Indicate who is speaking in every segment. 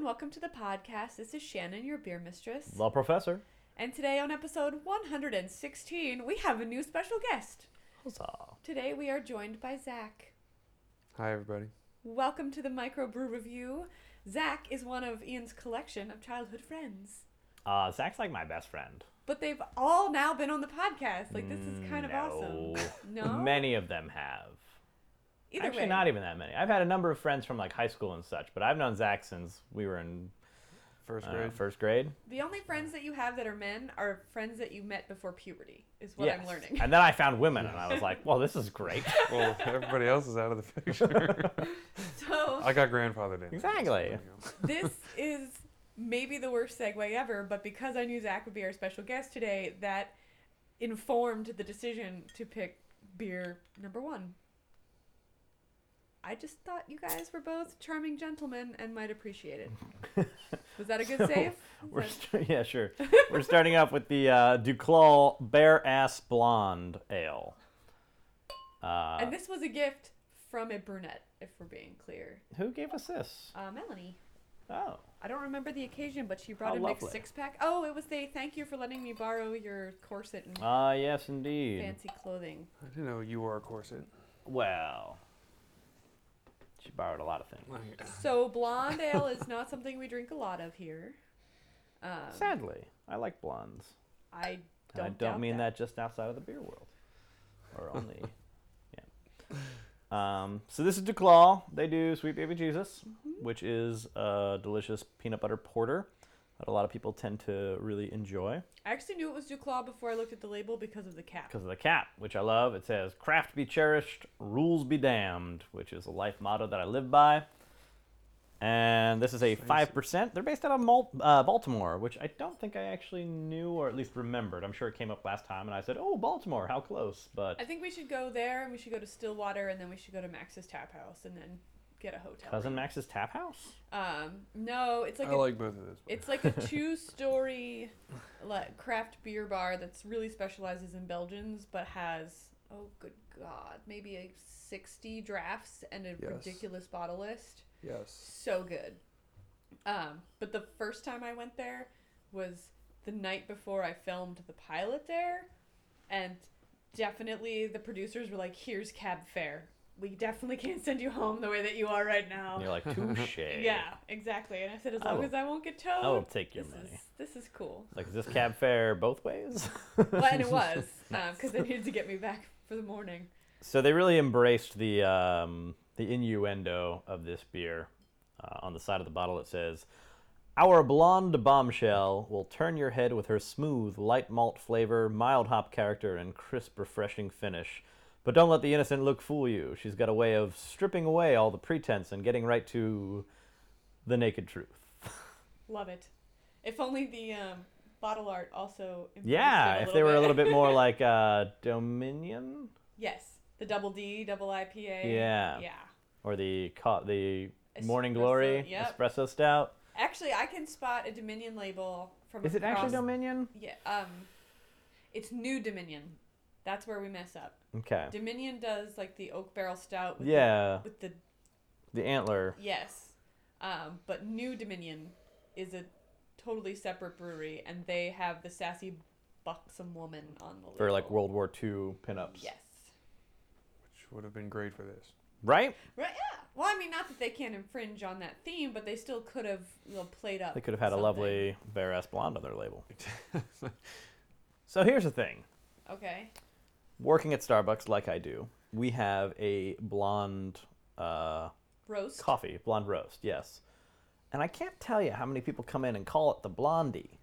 Speaker 1: welcome to the podcast. This is Shannon, your beer mistress.
Speaker 2: Law professor.
Speaker 1: And today on episode 116, we have a new special guest.
Speaker 2: Huzzah.
Speaker 1: Today we are joined by Zach.
Speaker 3: Hi, everybody.
Speaker 1: Welcome to the Microbrew Review. Zach is one of Ian's collection of childhood friends.
Speaker 2: Uh, Zach's like my best friend.
Speaker 1: But they've all now been on the podcast. Like, this is
Speaker 2: Mm,
Speaker 1: kind of awesome. No?
Speaker 2: Many of them have.
Speaker 1: Either
Speaker 2: Actually,
Speaker 1: way.
Speaker 2: not e- even that many. I've had a number of friends from like high school and such, but I've known Zach since we were in
Speaker 3: First
Speaker 2: uh,
Speaker 3: grade.
Speaker 2: first grade.
Speaker 1: The only friends that you have that are men are friends that you met before puberty, is what
Speaker 2: Yes.
Speaker 1: I'm learning.
Speaker 2: And then I found women, and I was like, "Well, this is great."
Speaker 3: Well, everybody else is out of the picture.
Speaker 1: So,
Speaker 3: I got grandfathered in.
Speaker 2: Exactly.
Speaker 1: this is maybe the worst segue ever, but because I knew Zach would be our special guest today, that informed the decision to pick beer number one. I just thought you guys were both charming gentlemen and might appreciate it. Was that a good
Speaker 2: So,
Speaker 1: save?
Speaker 2: We're
Speaker 1: Was that-
Speaker 2: st- yeah, sure. We're starting off with the uh, Duclos Bare Ass Blonde Ale. Uh,
Speaker 1: and this was a gift from a brunette, if we're being clear.
Speaker 2: who gave us this?
Speaker 1: Uh, Melanie.
Speaker 2: Oh,
Speaker 1: I don't remember the occasion, but she brought
Speaker 2: How
Speaker 1: a mixed
Speaker 2: lovely.
Speaker 1: six pack. Oh, it was the thank you for letting me borrow your corset and
Speaker 2: ah, yes, indeed.
Speaker 1: fancy clothing.
Speaker 3: I didn't know you wore a corset.
Speaker 2: Well, she borrowed a lot of things.
Speaker 1: So blonde ale is not something we drink a lot of here. Um,
Speaker 2: Sadly, I like blondes.
Speaker 1: I
Speaker 2: And
Speaker 1: don't.
Speaker 2: I don't
Speaker 1: doubt
Speaker 2: mean
Speaker 1: that.
Speaker 2: that. just outside of the beer world, or only. yeah. Um, so this is Duclaw. They do Sweet Baby Jesus,
Speaker 1: Mm-hmm.
Speaker 2: which is a delicious peanut butter porter that a lot of people tend to really enjoy
Speaker 1: I actually knew it was Duclaw before I looked at the label because of the cap.
Speaker 2: because of the cap, which I love. It says "Craft be cherished, rules be damned," which is a life motto that I live by. And this is a five percent. They're based out of Mal- uh, Baltimore, which I don't think I actually knew or at least remembered. I'm sure it came up last time, and I said, "Oh, Baltimore, how close?" But
Speaker 1: I think we should go there, and we should go to Stillwater, and then we should go to Max's Tap House, and then get a hotel.
Speaker 2: Cousin Max's Tap House.
Speaker 1: Um, no, it's like
Speaker 3: I
Speaker 1: a,
Speaker 3: like both of those.
Speaker 1: it's like a two-story like, craft beer bar that's really specializes in Belgians, but has oh good god, maybe a sixty drafts and a
Speaker 3: Yes.
Speaker 1: ridiculous bottle list.
Speaker 3: Yes.
Speaker 1: so good. Um, but the first time I went there was the night before I filmed the pilot there, and definitely the producers were like, "Here's cab fare. We definitely can't send you home the way that you are right now."
Speaker 2: And you're like, touche.
Speaker 1: Yeah, exactly. And I said, as
Speaker 2: I
Speaker 1: long
Speaker 2: will-
Speaker 1: as I won't get towed,
Speaker 2: I will take your
Speaker 1: this
Speaker 2: money.
Speaker 1: is this is cool.
Speaker 2: Like, is this cab fare both ways?
Speaker 1: Well, and it was because they needed to get me back for the morning.
Speaker 2: So they really embraced the um, the innuendo of this beer. Uh, on the side of the bottle, it says, "Our blonde bombshell will turn your head with her smooth, light malt flavor, mild hop character, and crisp, refreshing finish." But don't let the innocent look fool you. She's got a way of stripping away all the pretense and getting right to the naked truth.
Speaker 1: Love it. If only the um, bottle art also. embraced it
Speaker 2: Yeah,
Speaker 1: a
Speaker 2: if they were a little
Speaker 1: bit.
Speaker 2: bit more like uh, Dominion
Speaker 1: Yes, the double D, double IPA.
Speaker 2: Yeah.
Speaker 1: Yeah.
Speaker 2: or the co- the Morning
Speaker 1: Espresso,
Speaker 2: Glory
Speaker 1: yep.
Speaker 2: espresso stout.
Speaker 1: Actually, I can spot a Dominion label from.
Speaker 2: Is it actually
Speaker 1: across-
Speaker 2: Dominion?
Speaker 1: Yeah. Um, it's New Dominion. That's where we mess up.
Speaker 2: Okay.
Speaker 1: Dominion does like the oak barrel stout. With
Speaker 2: Yeah,
Speaker 1: The, with the
Speaker 2: the antler.
Speaker 1: yes, um, but New Dominion is a totally separate brewery, and they have the sassy, buxom woman on the label.
Speaker 2: For like World War II pinups.
Speaker 1: Yes.
Speaker 3: Which would have been great for this.
Speaker 2: Right?
Speaker 1: Right. Yeah. Well, I mean, not that they can't infringe on that theme, but they still could have you know, played up.
Speaker 2: They could have had
Speaker 1: something.
Speaker 2: a lovely bare ass blonde on their label. So here's the thing
Speaker 1: Okay.
Speaker 2: working at Starbucks, like I do, we have a blonde uh,
Speaker 1: Roast.
Speaker 2: coffee, blonde roast, yes. And I can't tell you how many people come in and call it the blondie.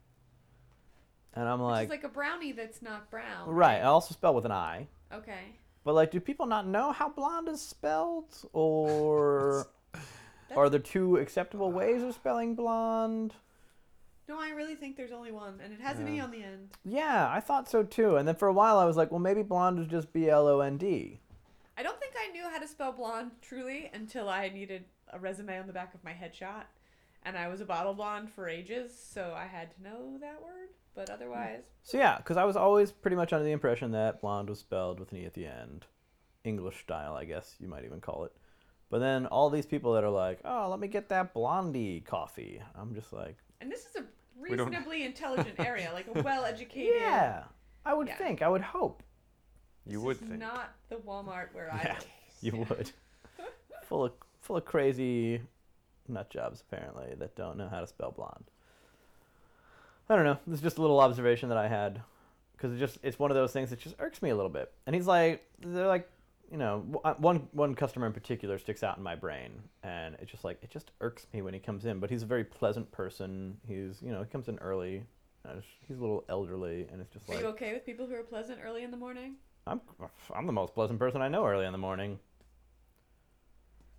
Speaker 2: And I'm
Speaker 1: Which
Speaker 2: like,
Speaker 1: is like a brownie that's not brown.
Speaker 2: right, I also spell with an I.
Speaker 1: Okay.
Speaker 2: But like, do people not know how blonde is spelled, or are there two acceptable ways of spelling blonde?
Speaker 1: No, I really think there's only one, and it has an E on the end.
Speaker 2: Yeah, I thought so too. And then for a while, I was like, well, maybe blonde is just B L O N D.
Speaker 1: I don't think I knew how to spell blonde truly until I needed a resume on the back of my headshot, and I was a bottle blonde for ages, so I had to know that word. But otherwise,
Speaker 2: So yeah, because I was always pretty much under the impression that blonde was spelled with an E at the end, English style, I guess you might even call it. But then all these people that are like, oh, let me get that blondie coffee. I'm just like,
Speaker 1: And this is a
Speaker 3: We don't-
Speaker 1: reasonably intelligent area, like a well-educated.
Speaker 2: yeah, I would
Speaker 1: Yeah.
Speaker 2: think, I would hope
Speaker 3: You
Speaker 1: This
Speaker 3: would
Speaker 1: is
Speaker 3: think.
Speaker 1: Not the Walmart where I
Speaker 2: Yeah,
Speaker 1: live.
Speaker 2: you
Speaker 1: Yeah.
Speaker 2: would. full of full of crazy nut jobs apparently that don't know how to spell blonde. I don't know. This is just a little observation that I had because it just it's one of those things that just irks me a little bit. And he's like, they're like, you know, w- uh, one one customer in particular sticks out in my brain, and it's just like it just irks me when he comes in. But he's a very pleasant person. He's you know he comes in early. I just- He's a little elderly, and it's just
Speaker 1: Are
Speaker 2: like
Speaker 1: you okay with people who are pleasant early in the morning?
Speaker 2: I'm I'm the most pleasant person I know early in the morning.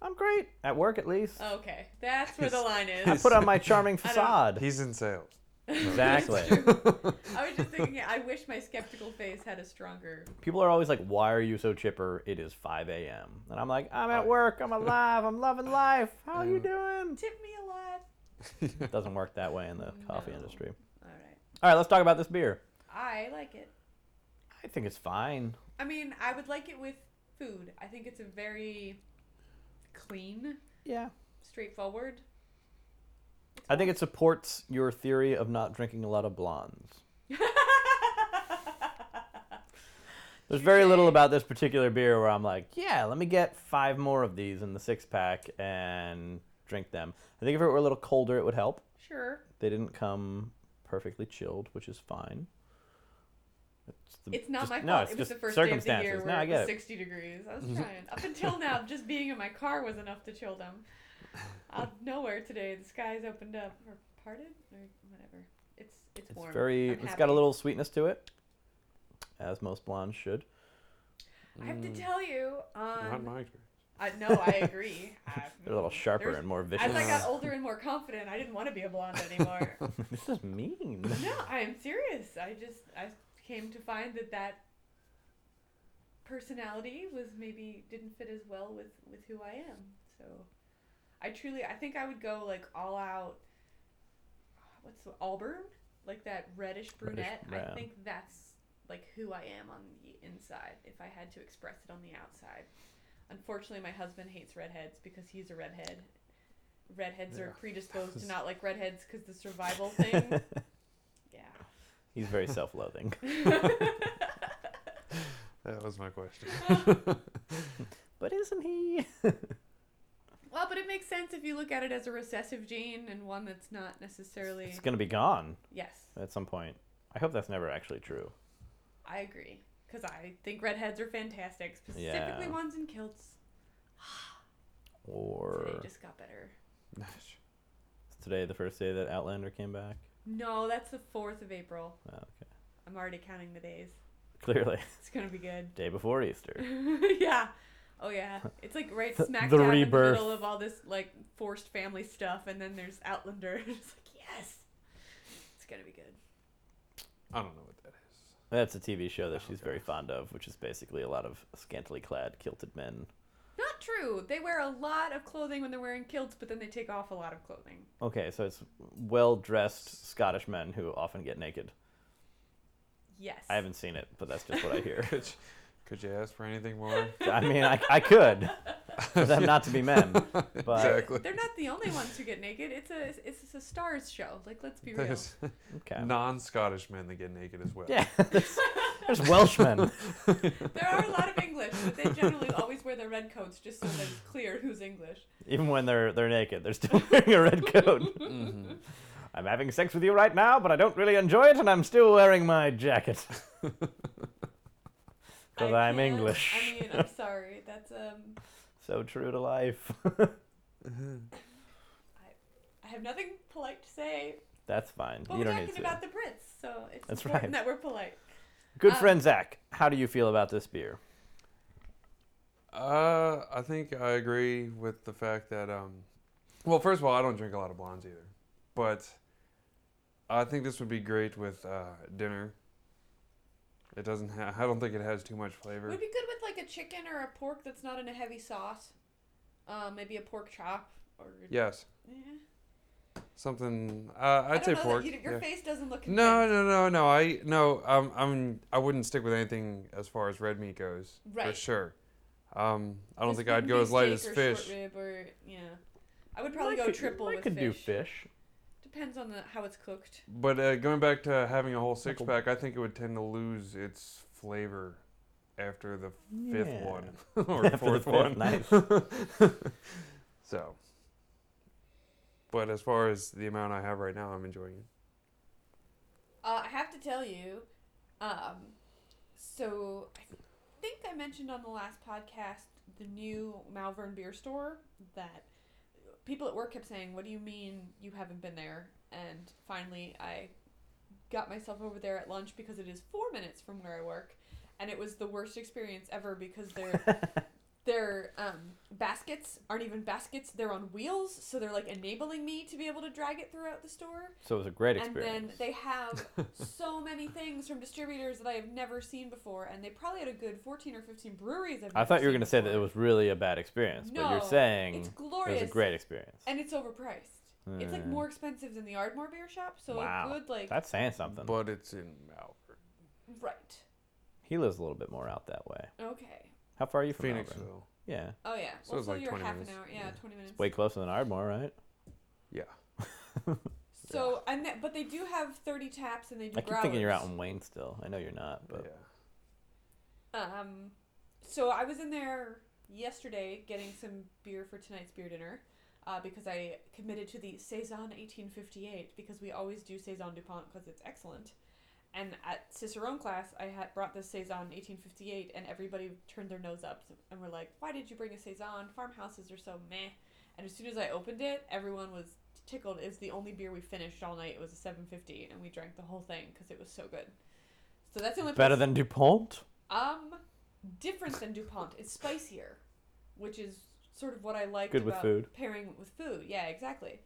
Speaker 2: I'm great at work at least.
Speaker 1: Okay, that's where the
Speaker 3: He's-
Speaker 1: line
Speaker 2: I
Speaker 1: is.
Speaker 2: put on my charming
Speaker 1: Oh. don't-
Speaker 2: facade.
Speaker 3: He's in sales.
Speaker 2: Exactly.
Speaker 1: I was just thinking. I wish my skeptical face had a stronger.
Speaker 2: People are always like, "Why are you so chipper?" It is 5 a.m. and I'm like, "I'm at
Speaker 3: I-
Speaker 2: work. I'm alive. I'm loving life. How are you doing?"
Speaker 1: Tip me a lot.
Speaker 2: Doesn't work that way in the coffee
Speaker 1: No.
Speaker 2: industry.
Speaker 1: All right,
Speaker 2: All right, let's talk about this beer.
Speaker 1: I like it.
Speaker 2: I think it's fine.
Speaker 1: I mean, I would like it with food. I think it's a very clean,
Speaker 2: Yeah.
Speaker 1: straightforward.
Speaker 2: I think it supports your theory of not drinking a lot of blondes. There's very little
Speaker 1: Touche.
Speaker 2: about this particular beer where I'm like, yeah, let me get five more of these in the six pack and drink them. I think if it were a little colder, it would help.
Speaker 1: sure.
Speaker 2: They didn't come perfectly chilled, which is fine. It's, the,
Speaker 1: It's not
Speaker 2: just-
Speaker 1: my fault.
Speaker 2: No, it's
Speaker 1: it was
Speaker 2: just
Speaker 1: the first day of the
Speaker 2: circumstances.
Speaker 1: year where
Speaker 2: no, I
Speaker 1: it was
Speaker 2: get it. Mm-hmm.
Speaker 1: 60 degrees. I was trying. Up until now, just being in my car was enough to chill them. Out of nowhere today, the sky's opened up or parted or whatever. It's it's, warm.
Speaker 2: It's very.
Speaker 1: I'm
Speaker 2: It's got
Speaker 1: happy.
Speaker 2: a little sweetness to it, as most blondes should.
Speaker 1: I have to
Speaker 2: mm.
Speaker 1: tell you,
Speaker 3: Mm, Not
Speaker 1: um,
Speaker 3: my experience.
Speaker 1: I, no, I agree. I-
Speaker 2: They're a little
Speaker 1: Mm-hmm.
Speaker 2: sharper
Speaker 1: there's-
Speaker 2: and more vicious.
Speaker 1: As I got older and more confident, I didn't want to be a blonde anymore.
Speaker 2: this is mean.
Speaker 1: no, I am serious. I just I came to find that that personality was maybe didn't fit as well with with who I am. So I truly I think I would go like all out. What's the Auburn? Like that reddish brunette. I
Speaker 2: brown.
Speaker 1: think that's like who I am on the inside. If I had to express it on the outside. Unfortunately, my husband hates redheads because he's a redhead. Redheads
Speaker 3: Yeah.
Speaker 1: are predisposed to not like redheads because the survival thing. Yeah.
Speaker 2: He's very self-loathing.
Speaker 3: That was my question.
Speaker 2: But isn't he?
Speaker 1: well, but it makes sense if you look at it as a recessive gene and one that's not necessarily.
Speaker 2: It's gonna be gone.
Speaker 1: Yes,
Speaker 2: at some point. I hope that's never actually true.
Speaker 1: I agree. Because I think redheads are fantastic, specifically
Speaker 2: Yeah.
Speaker 1: ones in kilts. Today
Speaker 2: Or
Speaker 1: just got better.
Speaker 3: Nice.
Speaker 2: is today the first day that Outlander came back.
Speaker 1: No, that's the 4th of April.
Speaker 2: Oh, okay,
Speaker 1: I'm already counting the days.
Speaker 2: clearly
Speaker 1: It's going to be good.
Speaker 2: day before Easter.
Speaker 1: yeah. Oh, yeah. It's like right
Speaker 2: The-
Speaker 1: smack
Speaker 2: the
Speaker 1: dab in the
Speaker 2: rebirth.
Speaker 1: middle of all this like forced family stuff, and then there's Outlander. it's like, yes! It's going to be good.
Speaker 3: I don't know what that is.
Speaker 2: That's a TV show that
Speaker 3: Oh,
Speaker 2: she's very
Speaker 3: God.
Speaker 2: fond of, which is basically a lot of scantily clad, kilted men.
Speaker 1: Not true. They wear a lot of clothing when they're wearing kilts, but then they take off a lot of clothing.
Speaker 2: Okay, so it's well dressed Scottish men who often get naked.
Speaker 1: Yes.
Speaker 2: I haven't seen it, but that's just what I hear.
Speaker 3: Could you, could you ask for anything more?
Speaker 2: I mean, I, I could for them not to be men, but
Speaker 3: exactly.
Speaker 1: They're not the only ones who get naked. It's a it's a stars show. Like let's be real.
Speaker 3: There's
Speaker 2: okay.
Speaker 3: non-Scottish men that get naked as well.
Speaker 2: Yeah, there's, there's Welshmen.
Speaker 1: There are a lot of English, but they generally always wear their red coats just so that it's clear who's English.
Speaker 2: Even when they're they're naked, they're still wearing a red coat.
Speaker 3: Mhm.
Speaker 2: I'm having sex with you right now, but I don't really enjoy it, and I'm still wearing my jacket. Because
Speaker 1: I
Speaker 2: I'm
Speaker 1: can't-
Speaker 2: English.
Speaker 1: I mean, I'm sorry. That's um
Speaker 2: So true to life.
Speaker 1: I have nothing polite to say.
Speaker 2: That's fine.
Speaker 1: But
Speaker 2: you
Speaker 1: we're
Speaker 2: don't need
Speaker 1: talking
Speaker 2: to.
Speaker 1: about the Brits, so it's
Speaker 2: That's
Speaker 1: important
Speaker 2: right.
Speaker 1: that we're polite.
Speaker 2: Good
Speaker 1: um,
Speaker 2: friend Zach, how do you feel about this beer?
Speaker 3: Uh, I think I agree with the fact that um, well, first of all, I don't drink a lot of blondes either, but I think this would be great with uh, dinner. It doesn't. Ha- I don't think it has too much flavor.
Speaker 1: Would be good with like a chicken or a pork that's not in a heavy sauce. Um, maybe a pork chop or
Speaker 3: yes,
Speaker 1: Yeah.
Speaker 3: something. Uh,
Speaker 1: I
Speaker 3: I'd
Speaker 1: don't
Speaker 3: say
Speaker 1: know that
Speaker 3: pork.
Speaker 1: you- your
Speaker 3: yeah.
Speaker 1: face doesn't look.
Speaker 3: No,
Speaker 1: convinced.
Speaker 3: no, no, no. I no. Um, I'm. I wouldn't stick with anything as far as red meat goes. For
Speaker 1: Right.
Speaker 3: sure. Um, I don't
Speaker 1: Just
Speaker 3: think I'd
Speaker 1: big
Speaker 3: go as light as
Speaker 1: steak or
Speaker 3: fish.
Speaker 1: Short rib or, yeah. I would probably
Speaker 2: I
Speaker 1: go
Speaker 2: could-
Speaker 1: triple
Speaker 2: I
Speaker 1: with
Speaker 2: could
Speaker 1: fish.
Speaker 2: do fish.
Speaker 1: Depends on the how it's cooked.
Speaker 3: But uh, going back to having a whole six
Speaker 2: Couple-
Speaker 3: pack, I think it would tend to lose its flavor after the fifth
Speaker 2: Yeah.
Speaker 3: one or
Speaker 2: After the
Speaker 3: fourth
Speaker 2: fifth,
Speaker 3: one.
Speaker 2: nice.
Speaker 3: so, but as far as the amount I have right now, I'm enjoying it.
Speaker 1: Uh, I have to tell you, um, so I think I mentioned on the last podcast the new Malvern beer store that people at work kept saying, "What do you mean you haven't been there?" And finally, I got myself over there at lunch because it is four minutes from where I work, and it was the worst experience ever because their Their um, baskets aren't even baskets; they're on wheels, so they're like enabling me to be able to drag it throughout the store
Speaker 2: So it was a great
Speaker 1: and then
Speaker 2: experience.
Speaker 1: they have so many things from distributors that I have never seen before, and they probably had a good fourteen or fifteen breweries. I've
Speaker 2: I thought you were
Speaker 1: going
Speaker 2: gonna
Speaker 1: to
Speaker 2: say that it was really a bad experience, but you're
Speaker 1: No,
Speaker 2: saying
Speaker 1: It's
Speaker 2: it
Speaker 1: glorious.
Speaker 2: was a great experience.
Speaker 1: And it's overpriced. It's like
Speaker 2: Mm.
Speaker 1: more expensive than the Ardmore beer shop, so
Speaker 2: Wow.
Speaker 1: a good like
Speaker 2: That's saying something.
Speaker 3: But it's in Malvern,
Speaker 1: right.
Speaker 2: he lives a little bit more out that way.
Speaker 1: Okay.
Speaker 2: How far are you from Melbourne?
Speaker 3: Phoenixville.
Speaker 2: Yeah,
Speaker 1: Oh yeah.
Speaker 3: So
Speaker 1: well,
Speaker 3: it's
Speaker 1: so
Speaker 3: like
Speaker 1: you're
Speaker 3: 20
Speaker 1: half
Speaker 3: minutes.
Speaker 1: an hour. Yeah,
Speaker 3: Yeah.
Speaker 1: twenty minutes.
Speaker 2: way closer than Ardmore, right?
Speaker 3: Yeah,
Speaker 1: So and that, but they do have thirty taps, and they do.
Speaker 2: I keep thinking you're out
Speaker 1: growlers.
Speaker 2: in Wayne still. I know you're not, but
Speaker 3: yeah.
Speaker 1: Um, so I was in there yesterday getting some beer for tonight's beer dinner, uh, because I committed to the saison eighteen fifty eight because we always do saison Dupont because it's excellent. And at Cicerone class, I had brought this saison eighteen fifty eight, and everybody turned their nose up and were like, "Why did you bring a saison? Farmhouses are so meh." And as soon as I opened it, everyone was tickled. It was the only beer we finished all night. It was a seven fifty, and we drank the whole thing because it was so good. So that's the only
Speaker 2: better
Speaker 1: place-
Speaker 2: than Dupont.
Speaker 1: um, different than Dupont. It's spicier, which is sort of what I like
Speaker 2: Good with
Speaker 1: about
Speaker 2: food.
Speaker 1: pairing it with food. Yeah, exactly.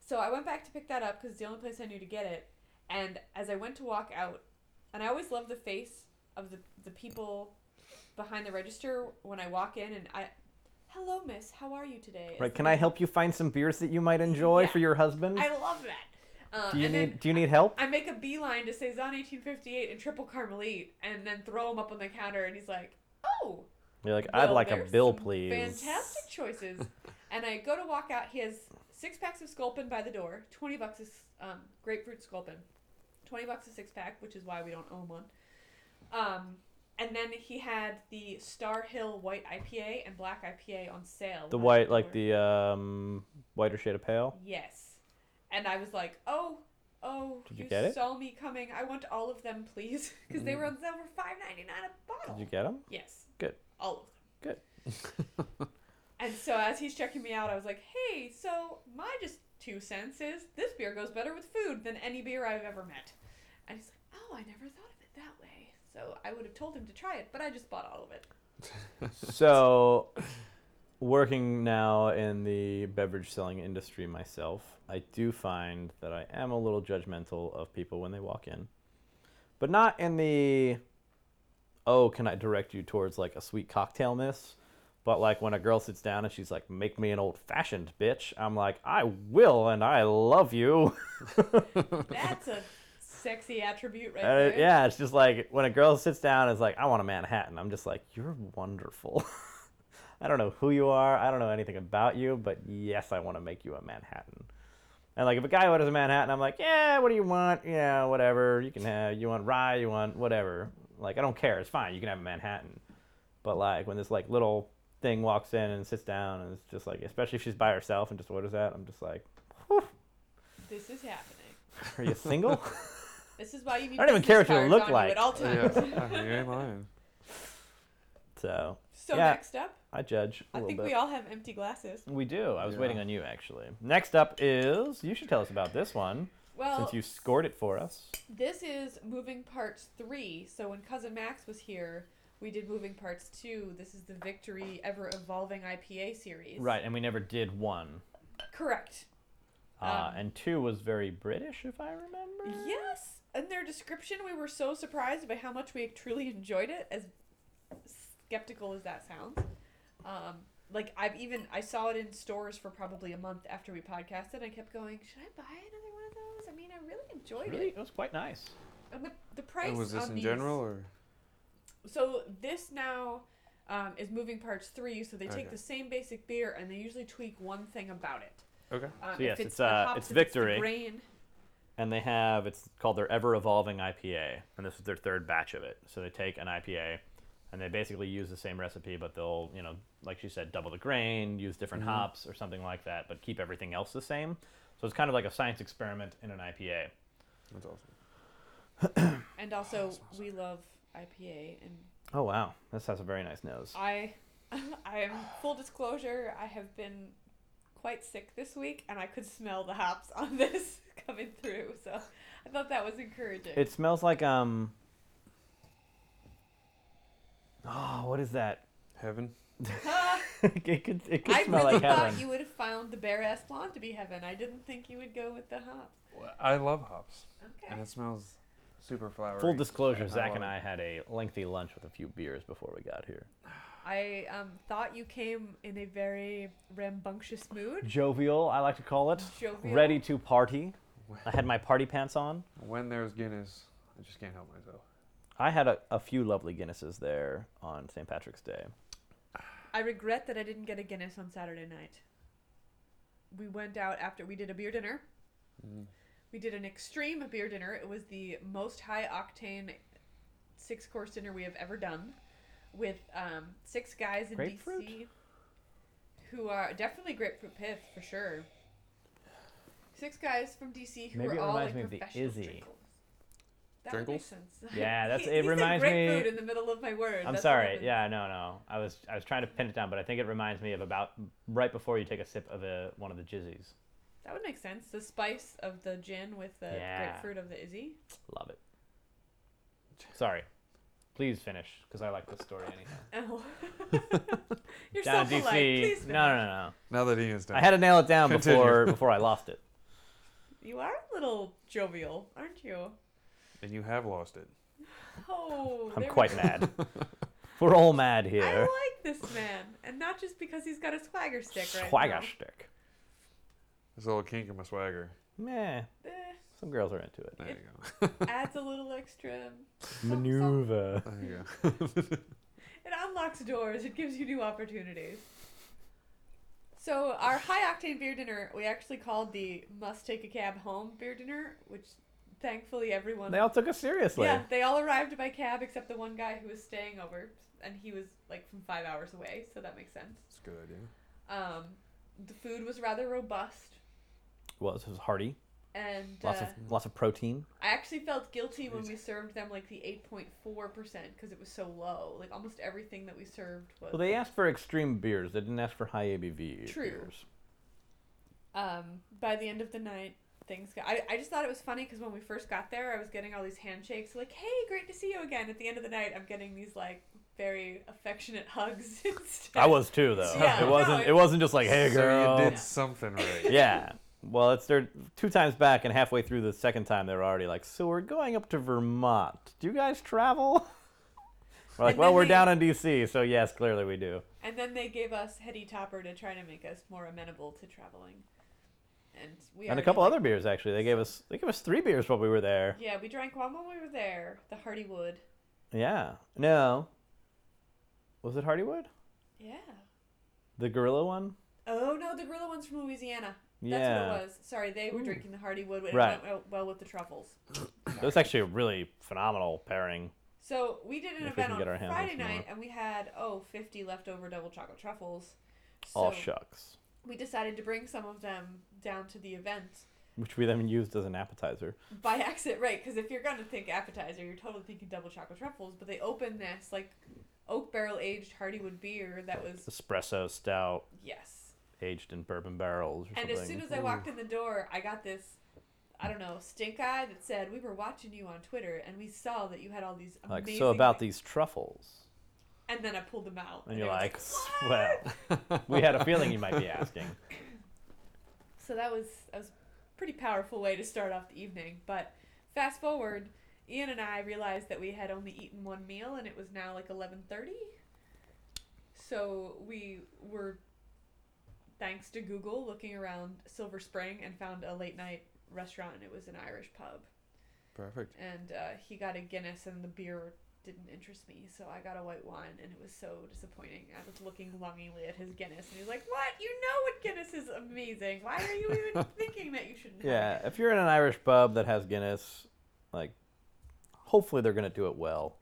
Speaker 1: So I went back to pick that up because it's the only place I knew to get it. And as I went to walk out, and I always love the face of the the people behind the register when I walk in, and I, hello, miss, how are you today? It's
Speaker 2: Right? Can I
Speaker 1: like-
Speaker 2: help you find some beers that you might enjoy
Speaker 1: Yeah.
Speaker 2: for your husband?
Speaker 1: I love that. Uh,
Speaker 2: do you
Speaker 1: and then
Speaker 2: need Do you need help?
Speaker 1: I make a beeline to Saison 1858 and Triple Carmelite, and then throw them up on the counter, and he's like, oh.
Speaker 2: You're like, I'd
Speaker 1: Well,
Speaker 2: like a
Speaker 1: there's
Speaker 2: bill,
Speaker 1: some
Speaker 2: please.
Speaker 1: Fantastic choices. and I go to walk out. He has six packs of Sculpin by the door. Twenty bucks is um, grapefruit Sculpin. Twenty bucks a six pack, which is why we don't own one. Um, and then he had the Star Hill White IPA and Black IPA on sale.
Speaker 2: The
Speaker 1: by
Speaker 2: white, like
Speaker 1: door.
Speaker 2: the um, whiter shade of pale.
Speaker 1: Yes. And I was like, oh, oh,
Speaker 2: Did you get it? Mm.
Speaker 1: saw me coming. I want all of them, please, because they were on sale for five ninety nine a bottle.
Speaker 2: Did you get them?
Speaker 1: Yes.
Speaker 2: Good.
Speaker 1: All of them.
Speaker 2: Good.
Speaker 1: and so as he's checking me out, I was like, hey, so my just two cents is this beer goes better with food than any beer I've ever met. And he's like, oh, I never thought of it that way. So I would have told him to try it, but I just bought all of it.
Speaker 2: so working now in the beverage selling industry myself i do find that i am a little judgmental of people when they walk in but not in the oh can i direct you towards like a sweet cocktail miss but like when a girl sits down and she's like make me an old fashioned bitch i'm like i will and i love you
Speaker 1: That's a sexy attribute right
Speaker 2: And
Speaker 1: there.
Speaker 2: it- yeah it's just like when a girl sits down and is like i want a manhattan i'm just like you're wonderful I don't know who you are. I don't know anything about you, but yes, I want to make you a Manhattan. And like if a guy orders a Manhattan, I'm like, yeah, what do you want? Yeah, whatever. You can have. You want rye? You want whatever? Like I don't care. It's fine. You can have a Manhattan. But like when this like little thing walks in and sits down and it's just like, especially if she's by herself and just orders that, I'm just like, "Whew,
Speaker 1: This is happening.
Speaker 2: are you single?
Speaker 1: This is why you need
Speaker 2: I don't even
Speaker 1: business
Speaker 2: care
Speaker 1: cards
Speaker 2: what you look
Speaker 1: on
Speaker 2: like.
Speaker 1: at all times.
Speaker 3: yeah, you ain't lying.
Speaker 2: so
Speaker 1: So
Speaker 2: Yeah.
Speaker 1: next up,
Speaker 2: I judge a
Speaker 1: I
Speaker 2: little
Speaker 1: think
Speaker 2: bit.
Speaker 1: we all have empty glasses.
Speaker 2: We do. I was
Speaker 3: Yeah.
Speaker 2: waiting on you actually. Next up is you should tell us about this one
Speaker 1: Well,
Speaker 2: since you scored it for us.
Speaker 1: This is Moving Parts 3. So when Cousin Max was here, we did Moving Parts 2. This is the Victory Ever Evolving IPA series.
Speaker 2: Right, and we never did one.
Speaker 1: Correct.
Speaker 2: Uh,
Speaker 1: Um,
Speaker 2: and two was very British, if I remember.
Speaker 1: Yes. In their description, we were so surprised by how much we truly enjoyed it, as skeptical as that sounds. Um, like I've even I saw it in stores for probably a month after we podcasted. I kept going, should I buy another one of those? I mean, I really enjoyed
Speaker 2: Really,
Speaker 1: it.
Speaker 2: it was quite nice.
Speaker 1: And the, the price
Speaker 3: And was this
Speaker 1: on
Speaker 3: in
Speaker 1: these-
Speaker 3: general or?
Speaker 1: So this now, um, is Moving Parts 3. So they take
Speaker 3: Okay.
Speaker 1: the same basic beer and they usually tweak one thing about it.
Speaker 3: Okay.
Speaker 1: Um,
Speaker 2: So yes,
Speaker 1: if
Speaker 2: it's,
Speaker 1: the
Speaker 2: uh,
Speaker 1: hops,
Speaker 2: it's
Speaker 1: if
Speaker 2: Victory.
Speaker 1: the grain,
Speaker 2: and they have it's called their ever evolving IPA, and this is their third batch of it. So they take an IPA, and they basically use the same recipe, but they'll you know, like she said, double the grain, use different hops or something like that, but keep everything else the same. So it's kind of like a science experiment in an IPA.
Speaker 3: That's awesome.
Speaker 1: and also we love IPA and
Speaker 2: Oh wow, this has a very nice nose.
Speaker 1: I, I am full disclosure. I have been quite sick this week, and I could smell the hops on this coming through. So I thought that was encouraging.
Speaker 2: It smells like um. Oh, what is that?
Speaker 3: Heaven.
Speaker 1: Ah,
Speaker 2: it could it could
Speaker 1: I
Speaker 2: smell
Speaker 1: really
Speaker 2: like
Speaker 1: thought
Speaker 2: heaven.
Speaker 1: you would have found the bare ass blonde to be heaven. I didn't think you would go with the hops.
Speaker 3: I love hops,
Speaker 1: Okay.
Speaker 3: and it smells super flowery.
Speaker 2: Full disclosure,
Speaker 3: And I
Speaker 2: Zach
Speaker 3: love
Speaker 2: and
Speaker 3: it.
Speaker 2: I had a lengthy lunch with a few beers before we got here.
Speaker 1: I um, thought you came in a very rambunctious mood.
Speaker 2: Jovial, I like to call it.
Speaker 1: Jovial.
Speaker 2: Ready to party. I had my party pants on.
Speaker 3: When there's Guinness, I just can't help myself.
Speaker 2: I had a, a few lovely Guinnesses there on St. Patrick's Day.
Speaker 1: I regret that I didn't get a Guinness on Saturday night. We went out after we did a beer dinner.
Speaker 3: Mm-hmm.
Speaker 1: We did an extreme beer dinner. It was the most high octane six course dinner we have ever done with um, six guys in
Speaker 2: Grapefruit?
Speaker 1: DC who are definitely grapefruit pith for sure. Six guys from DC who
Speaker 2: Maybe
Speaker 1: were
Speaker 2: it
Speaker 1: all like
Speaker 2: reminds me of the
Speaker 1: professional
Speaker 2: Izzy.
Speaker 1: drinkers. That
Speaker 3: Drinkles?
Speaker 1: makes sense.
Speaker 2: Yeah, that's-
Speaker 1: He- he
Speaker 2: it
Speaker 1: said
Speaker 2: reminds me-
Speaker 1: grapefruit in the middle of my words.
Speaker 2: I'm
Speaker 1: That's what
Speaker 2: sorry.
Speaker 1: happens.
Speaker 2: Yeah, no, no. I was I was trying to pin it down, but I think it reminds me of about right before you take a sip of a, one of the jizzies.
Speaker 1: That would make sense. The spice of the gin with the
Speaker 2: Yeah.
Speaker 1: grapefruit of the Izzy.
Speaker 2: Love it. Sorry. Please finish, because I like this story anyhow.
Speaker 1: Oh. You're
Speaker 2: Down
Speaker 1: so
Speaker 2: in DC.
Speaker 1: polite. Please finish.
Speaker 2: no, no, no, no.
Speaker 3: Now that Ian's done,
Speaker 2: I had to nail it down
Speaker 3: Continue.
Speaker 2: before before I lost it.
Speaker 1: You are a little jovial, aren't you?
Speaker 3: and you have lost it.
Speaker 1: Oh.
Speaker 2: I'm
Speaker 1: there we
Speaker 2: quite
Speaker 1: go.
Speaker 2: mad. We're all mad
Speaker 1: I
Speaker 2: here.
Speaker 1: like this man, and not just because he's got a swagger stick right
Speaker 2: Swagger
Speaker 1: now.
Speaker 2: stick.
Speaker 3: There's a little kink in my swagger.
Speaker 2: Meh.
Speaker 1: Eh,
Speaker 2: Some girls are into it.
Speaker 3: There you go.
Speaker 1: adds a little extra.
Speaker 2: Maneuver.
Speaker 3: There you go.
Speaker 1: It unlocks doors. It gives you new opportunities. So our high octane beer dinner, we actually called the must take a cab home beer dinner, which thankfully everyone
Speaker 2: They all took us seriously.
Speaker 1: Yeah, they all arrived by cab except the one guy who was staying over, and he was like from five hours away, so that makes sense.
Speaker 3: It's a good idea.
Speaker 1: Um, the food was rather robust,
Speaker 2: Well, this was hearty.
Speaker 1: and uh,
Speaker 2: Lots of lots of protein.
Speaker 1: I actually felt guilty when we served them like the eight point four percent because it was so low. Like almost everything that we served was.
Speaker 2: Well, they asked for extreme beers. They didn't ask for high ABV
Speaker 1: True.
Speaker 2: beers.
Speaker 1: um, by the end of the night, things got. I, I just thought it was funny because when we first got there, I was getting all these handshakes, like, hey, great to see you again. At the end of the night, I'm getting these, like, very affectionate hugs instead.
Speaker 2: I was too, though.
Speaker 1: Yeah,
Speaker 2: it
Speaker 1: no,
Speaker 2: wasn't.
Speaker 1: it-
Speaker 2: it wasn't just like, hey, girl.
Speaker 3: So you did something right.
Speaker 2: yeah. Well, it's their two times back, and halfway through the second time, they were already like, "So we're going up to Vermont. Do you guys travel?" We're like,
Speaker 1: And
Speaker 2: "Well,
Speaker 1: then
Speaker 2: we're
Speaker 1: they-
Speaker 2: down in D.C., so yes, clearly we do."
Speaker 1: And then they gave us Hetty Topper to try to make us more amenable to traveling. And we
Speaker 2: and a
Speaker 1: already,
Speaker 2: couple
Speaker 1: like-
Speaker 2: other beers actually. They gave us they gave us three beers while we were there.
Speaker 1: Yeah, we drank one when we were there. The Hardywood.
Speaker 2: Yeah. No. Was it Hardywood?
Speaker 1: Yeah.
Speaker 2: The gorilla one?
Speaker 1: Oh no, the gorilla one's from Louisiana. That's
Speaker 2: yeah.
Speaker 1: what it was. Sorry, they were
Speaker 2: Ooh.
Speaker 1: drinking the Hardywood. and It
Speaker 2: Right.
Speaker 1: went well, well with the truffles.
Speaker 2: It was actually a really phenomenal pairing.
Speaker 1: So we did an
Speaker 2: If we
Speaker 1: event
Speaker 2: can
Speaker 1: on
Speaker 2: get our hands on
Speaker 1: Friday
Speaker 2: some
Speaker 1: night, and we had oh 50 leftover double chocolate truffles. So
Speaker 2: All shucks.
Speaker 1: we decided to bring some of them down to the event
Speaker 2: Which we then used as an appetizer.
Speaker 1: by accident, right? Because if you're gonna think appetizer, you're totally thinking double chocolate truffles. But they opened this like oak barrel aged Hardywood beer that was
Speaker 2: Espresso stout
Speaker 1: yes.
Speaker 2: aged in bourbon barrels or
Speaker 1: And
Speaker 2: something.
Speaker 1: as soon as I walked in the door, I got this. I don't know, stink eye that said, We were watching you on Twitter and we saw that you had all these
Speaker 2: like,
Speaker 1: amazing.
Speaker 2: so about
Speaker 1: things."
Speaker 2: these truffles.
Speaker 1: And then I pulled them out.
Speaker 2: And you're
Speaker 1: they were
Speaker 2: like,
Speaker 1: "What?"
Speaker 2: well, we had a feeling you might be asking.
Speaker 1: So that was that was a pretty powerful way to start off the evening. But fast forward, Ian and I realized that we had only eaten one meal, and it was now like eleven thirty. So we were, thanks to Google, looking around Silver Spring and found a late night restaurant. and It was an Irish pub,
Speaker 3: Perfect.
Speaker 1: and uh, he got a Guinness, and the beer didn't interest me, so I got a white wine, and it was so disappointing. I was looking longingly at his Guinness, and he's like, "What? You know what Guinness is amazing? Why are you even thinking that you shouldn't?"
Speaker 2: Yeah,
Speaker 1: have it?
Speaker 2: if you're in an Irish pub that has Guinness, like, hopefully they're going to do it well.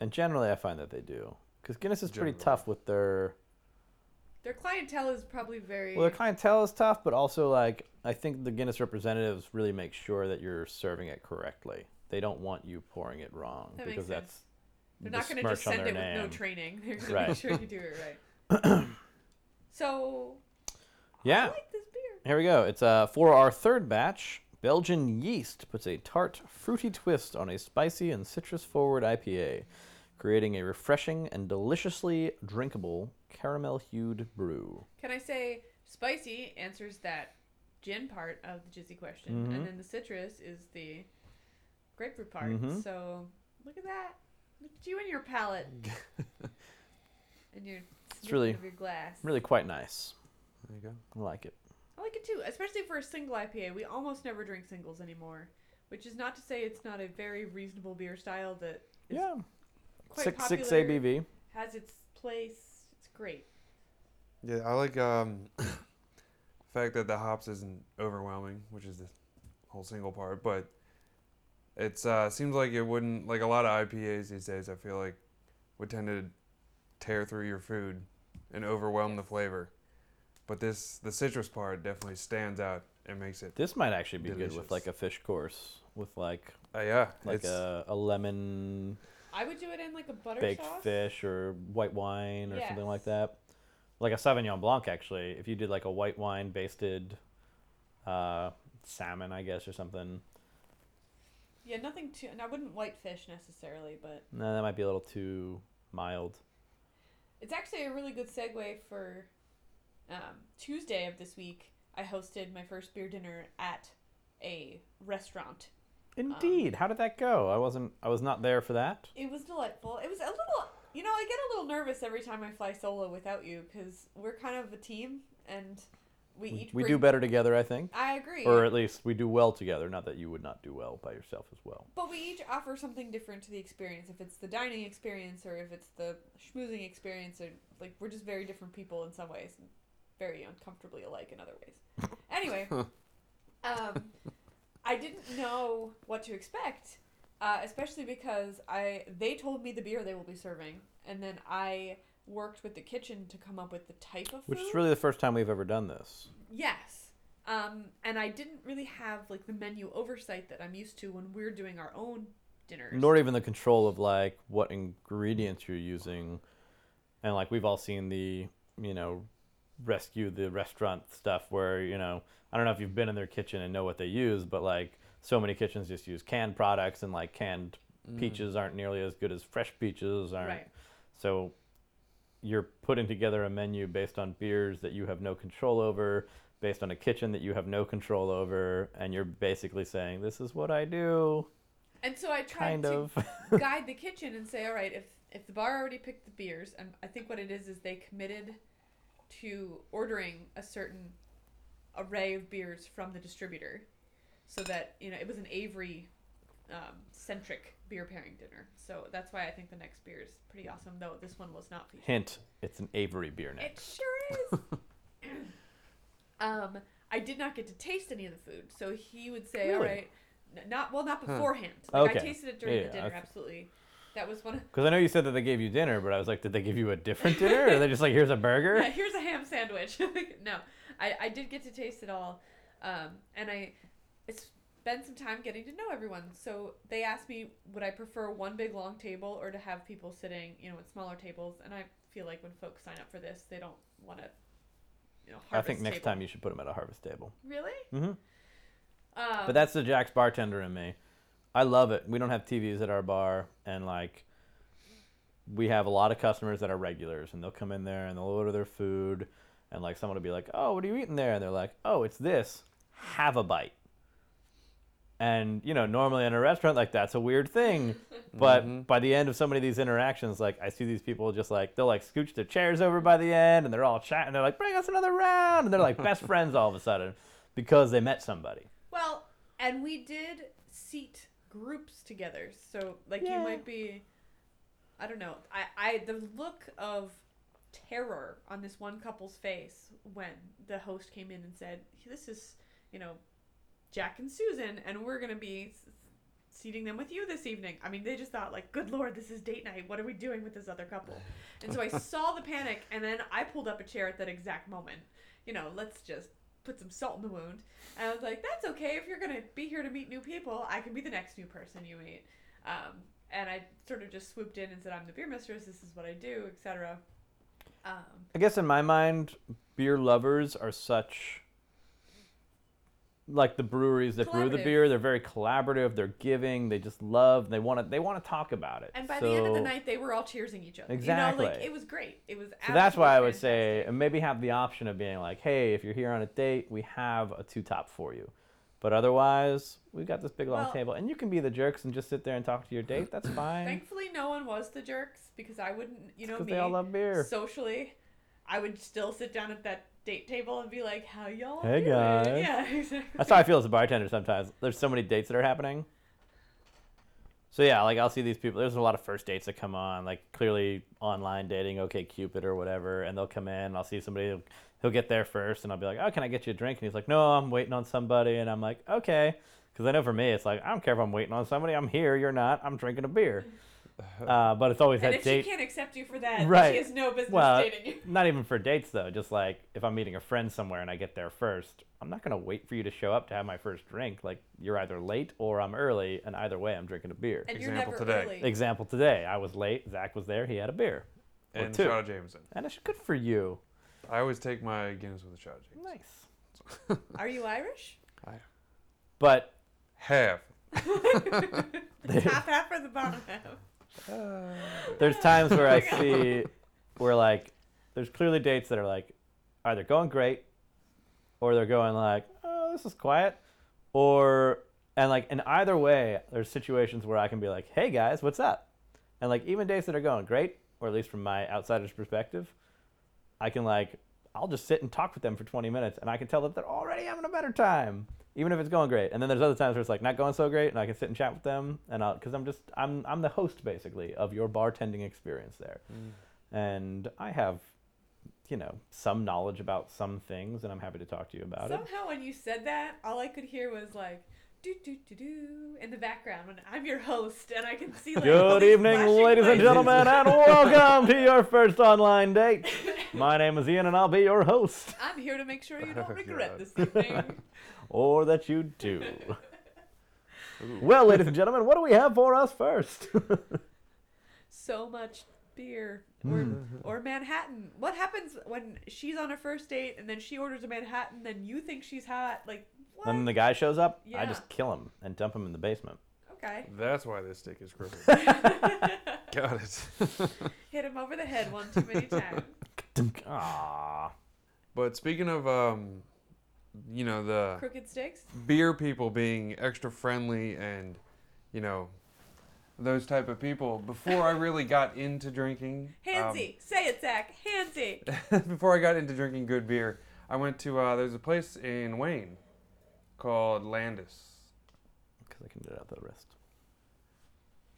Speaker 2: And generally, I find that they do. Because Guinness is pretty
Speaker 3: Generally.
Speaker 2: tough with their.
Speaker 1: their clientele is probably very
Speaker 2: Well, their clientele is tough, but also, like, I think the Guinness representatives really make sure that you're serving it correctly. They don't want you pouring it wrong
Speaker 1: That makes
Speaker 2: because
Speaker 1: sense.
Speaker 2: that's.
Speaker 1: They're
Speaker 2: the
Speaker 1: not going to just
Speaker 2: smirch on
Speaker 1: send it
Speaker 2: their
Speaker 1: with no
Speaker 2: name.
Speaker 1: training. They're going to
Speaker 2: Right.
Speaker 1: make sure you do it right. so I
Speaker 2: Yeah.
Speaker 1: like this beer.
Speaker 2: Here we go. It's uh, for our third batch. Belgian yeast puts a tart, fruity twist on a spicy and citrus forward IPA, creating a refreshing and deliciously drinkable caramel hued brew.
Speaker 1: Can I say spicy answers that gin part of the jizzy question,
Speaker 2: Mhm.
Speaker 1: and then the citrus is the grapefruit part.
Speaker 2: Mhm.
Speaker 1: So look at that. Look at you and your palate and your sniffing
Speaker 2: really-
Speaker 1: of your glass.
Speaker 2: Really quite nice.
Speaker 3: There you go.
Speaker 2: I like it.
Speaker 1: I like it too, especially for a single IPA. We almost never drink singles anymore, which is not to say it's not a very reasonable beer style that It's
Speaker 2: yeah.
Speaker 1: quite
Speaker 2: Six, six
Speaker 1: popular.
Speaker 2: ABV.
Speaker 1: has its place. It's great.
Speaker 3: Yeah, I like um fact that the hops isn't overwhelming, which is the whole single part, but it's uh seems like it wouldn't like a lot of IPAs these days I feel like would tend to tear through your food and overwhelm the flavor. But this the citrus part definitely stands out and makes it
Speaker 2: This might actually be good with
Speaker 3: Delicious.
Speaker 2: like a fish course, with like
Speaker 3: uh, yeah,
Speaker 2: like
Speaker 3: it's
Speaker 2: a, a lemon
Speaker 1: I would do it in like a butter
Speaker 2: baked
Speaker 1: sauce.
Speaker 2: fish or white wine or something like
Speaker 1: Yes.
Speaker 2: that. Like a Sauvignon Blanc, actually. If you did like a white wine basted uh, salmon, I guess, or something.
Speaker 1: Yeah, nothing too. And I wouldn't white fish necessarily, but
Speaker 2: No, that might be a little too mild.
Speaker 1: it's actually a really good segue for um, Tuesday of this week. I hosted my first beer dinner at a restaurant. Um.
Speaker 2: Indeed. How did that go? I wasn't. I was not there for that.
Speaker 1: It was delightful. It was a little, you know, I get a little nervous every time I fly solo without you because we're kind of a team and we,
Speaker 2: We,
Speaker 1: each
Speaker 2: we
Speaker 1: bring-
Speaker 2: do better together, I think,
Speaker 1: I agree.
Speaker 2: or at least we do well together. Not that you would not do well by yourself as well.
Speaker 1: But we each offer something different to the experience. If it's the dining experience or if it's the schmoozing experience, or like we're just very different people in some ways, and very uncomfortably alike in other ways. anyway, um, I didn't know what to expect, uh, especially because I they told me the beer they will be serving, and then I worked with the kitchen to come up with the type of
Speaker 2: Which
Speaker 1: food.
Speaker 2: is really the first time we've ever done this.
Speaker 1: Yes. Um, and I didn't really have like the menu oversight that I'm used to when we're doing our own dinners.
Speaker 2: nor even the control of like what ingredients you're using and like we've all seen the you know rescue the restaurant stuff where you know i don't know if you've been in their kitchen and know what they use but like so many kitchens just use canned products and like canned peaches aren't nearly as good as fresh peaches aren't
Speaker 1: Mm. Right.
Speaker 2: so you're putting together a menu based on beers that you have no control over based on a kitchen that you have no control over and you're basically saying this is what i do
Speaker 1: And so I tried
Speaker 2: kind
Speaker 1: to
Speaker 2: of
Speaker 1: guide the kitchen and say, all right, if if the bar already picked the beers, and I think what it is is they committed to ordering a certain array of beers from the distributor, so that you know it was an Avery um, centric beer pairing dinner. So that's why I think the next beer is pretty awesome, though this one was not featured.
Speaker 2: Hint, it's an Avery beer
Speaker 1: It
Speaker 2: next.
Speaker 1: sure is. um, I did not get to taste any of the food, so he would say, "All
Speaker 2: Really?
Speaker 1: right, n- not well, not
Speaker 3: Huh.
Speaker 1: beforehand. Like, I
Speaker 2: Okay.
Speaker 1: tasted it during
Speaker 2: Yeah,
Speaker 1: the dinner.
Speaker 2: okay.
Speaker 1: Absolutely, that was one of
Speaker 2: Because I know you said that they gave you dinner, but I was like, did they give you a different dinner? Or they just like, here's a
Speaker 1: yeah,
Speaker 2: burger?
Speaker 1: here's a ham sandwich. no, I, I did get to taste it all, um, and I it's spent some time getting to know everyone. So they asked me, would I prefer one big long table or to have people sitting, you know, at smaller tables? And I feel like when folks sign up for this, they don't want to, you know,
Speaker 2: I
Speaker 1: harvest
Speaker 2: think next
Speaker 1: table.
Speaker 2: time you should put them at a harvest table.
Speaker 1: Really?
Speaker 2: hmm
Speaker 1: Um,
Speaker 2: But that's the Jack's bartender in me. I love it. We don't have TVs at our bar, and like, we have a lot of customers that are regulars, and they'll come in there and they'll order their food, and like, someone will be like, oh, what are you eating there? And they're like, oh, it's this. Have a bite. And you know, normally in a restaurant like that's a weird thing. But
Speaker 3: Mhm.
Speaker 2: by the end of so many of these interactions, like I see these people just like they'll like scooch their chairs over by the end, and they're all chatting. They're like, "Bring us another round," and they're like best friends all of a sudden because they met somebody.
Speaker 1: Well, and we did seat groups together. So like
Speaker 2: Yeah.
Speaker 1: you might be I don't know. I, I the look of terror on this one couple's face when the host came in and said, "This is, you know, Jack and Susan and we're going to be s- seating them with you this evening." I mean, they just thought like, "Good lord, this is date night. What are we doing with this other couple?" And so I saw the panic and then I pulled up a chair at that exact moment. You know, let's just put some salt in the wound. And I was like, that's okay. If you're going to be here to meet new people, I can be the next new person you meet. Um, and I sort of just swooped in and said, I'm the beer mistress. This is what I do, etc. Um,
Speaker 2: I guess in my mind, beer lovers are such like the breweries that brew the
Speaker 1: Collaborative.
Speaker 2: beer. They're very collaborative. They're giving. They just love. They want to. They want to talk about it.
Speaker 1: and by the end of the
Speaker 2: So-
Speaker 1: night, they were all cheersing each other. You know,
Speaker 2: Exactly.
Speaker 1: like, it was great. It was
Speaker 2: So that's why I would
Speaker 1: absolutely
Speaker 2: say and maybe have the option of being like, hey, if you're here on a date, we have a two top for you. But otherwise, we've got this big long
Speaker 1: Well-
Speaker 2: table, and you can be the jerks and just sit there and talk to your date. That's fine.
Speaker 1: fantastic. Thankfully, no one was the jerks because I wouldn't, you know,
Speaker 2: Because
Speaker 1: me.
Speaker 2: they all love beer.
Speaker 1: socially, I would still sit down at that date table and be like, "How y'all
Speaker 2: Hey,
Speaker 1: doing?"
Speaker 2: guys.
Speaker 1: Yeah, exactly.
Speaker 2: That's how I feel as a bartender sometimes. There's so many dates that are happening. So yeah, like I'll see these people. There's a lot of first dates that come on, like clearly online dating, OK Cupid or whatever, and they'll come in. And I'll see somebody who'll, who'll get there first, and I'll be like, "Oh, can I get you a drink?" And he's like, "No, I'm waiting on somebody." And I'm like, "Okay," because I know for me, it's like I don't care if I'm waiting on somebody. I'm here. You're not. I'm drinking a beer. Uh, but it's always
Speaker 1: And
Speaker 2: that
Speaker 1: if
Speaker 2: date.
Speaker 1: she can't accept you for that,
Speaker 2: Right.
Speaker 1: she has no business
Speaker 2: Well,
Speaker 1: dating you.
Speaker 2: Not even for dates though. Just like if I'm meeting a friend somewhere and I get there first, I'm not gonna wait for you to show up to have my first drink. Like you're either late or I'm early, and either way, I'm drinking a beer.
Speaker 1: And you're
Speaker 3: Example
Speaker 1: never
Speaker 3: today.
Speaker 1: early.
Speaker 2: Example today, I was late. Zach was there. He had a beer, Or
Speaker 3: And
Speaker 2: two.
Speaker 3: shout out Jameson.
Speaker 2: and it's good for you.
Speaker 3: I always take my Guinness with a shot of Jameson.
Speaker 2: Nice.
Speaker 1: Are you Irish?
Speaker 2: But
Speaker 3: Half.
Speaker 1: The top half or the bottom half?
Speaker 2: Uh. there's times where I see where like there's clearly dates that are like either going great or they're going like oh this is quiet or and like in either way there's situations where I can be like hey guys what's up and like even dates that are going great or at least from my outsider's perspective I can like I'll just sit and talk with them for 20 minutes and I can tell that they're already having a better time even if it's going great and then there's other times where it's like not going so great and I can sit and chat with them and I'll because I'm just I'm I'm the host basically of your bartending experience there and I have you know some knowledge about some things and I'm happy to talk to you about it
Speaker 1: Somehow, when you said that, all I could hear was like. Do, do, do, do, in the background, and I'm your host, and I can see like all
Speaker 2: Good
Speaker 1: these
Speaker 2: evening,
Speaker 1: flashing
Speaker 2: ladies and
Speaker 1: lights.
Speaker 2: gentlemen, and welcome to your first online date. My name is Ian, and I'll be your host,
Speaker 1: I'm here to make sure you don't
Speaker 3: You're
Speaker 1: regret
Speaker 3: right.
Speaker 1: this evening.
Speaker 2: or that you do. Well, ladies and gentlemen, what do we have for us first?
Speaker 1: so much beer or,
Speaker 2: Hmm.
Speaker 1: or Manhattan. What happens when she's on a first date and then she orders a Manhattan, then you think she's hot? Like what?
Speaker 2: And then the guy shows up. I
Speaker 1: Yeah.
Speaker 2: just kill him and dump him in the basement.
Speaker 1: okay,
Speaker 3: That's why this stick is crooked. Got it.
Speaker 1: hit him over the head one too many times.
Speaker 2: Ah,
Speaker 3: but speaking of, um, you know, the
Speaker 1: Crooked sticks.
Speaker 3: beer people being extra friendly and, you know, those type of people. Before I really got into drinking, um,
Speaker 1: Handsy, say it, Zach. Handsy.
Speaker 3: before I got into drinking good beer, I went to uh, there's a place in Wayne called Landis.
Speaker 2: because I can do it out the wrist.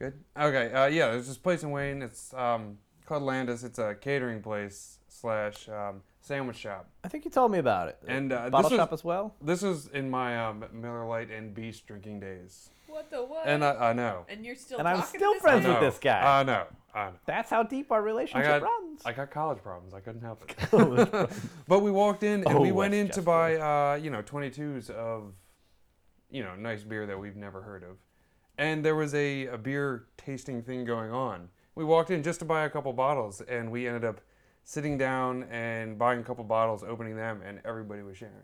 Speaker 3: Good. Okay. Uh, yeah, there's this place in Wayne. It's um, called Landis. It's a catering place slash um, sandwich shop.
Speaker 2: I think you told me about it.
Speaker 3: And, uh,
Speaker 2: bottle
Speaker 3: this was-
Speaker 2: shop as well.
Speaker 3: This is in my um, Miller Lite and Beast drinking days.
Speaker 1: What the what?
Speaker 3: And I, I know.
Speaker 1: And you're still.
Speaker 2: And I'm
Speaker 1: talking to
Speaker 2: still
Speaker 1: this
Speaker 2: friends
Speaker 1: guy?
Speaker 2: with
Speaker 3: I know.
Speaker 2: this guy.
Speaker 3: I know. I know.
Speaker 2: That's how deep our relationship
Speaker 3: got-
Speaker 2: runs.
Speaker 3: I got college problems. I couldn't help it. but we walked in and
Speaker 2: Oh,
Speaker 3: we went
Speaker 2: that's
Speaker 3: in to
Speaker 2: just
Speaker 3: buy, uh, you know, 22s of, you know, nice beer that we've never heard of. And there was a, a beer tasting thing going on. We walked in just to buy a couple bottles and we ended up sitting down and buying a couple bottles, opening them, and everybody was sharing.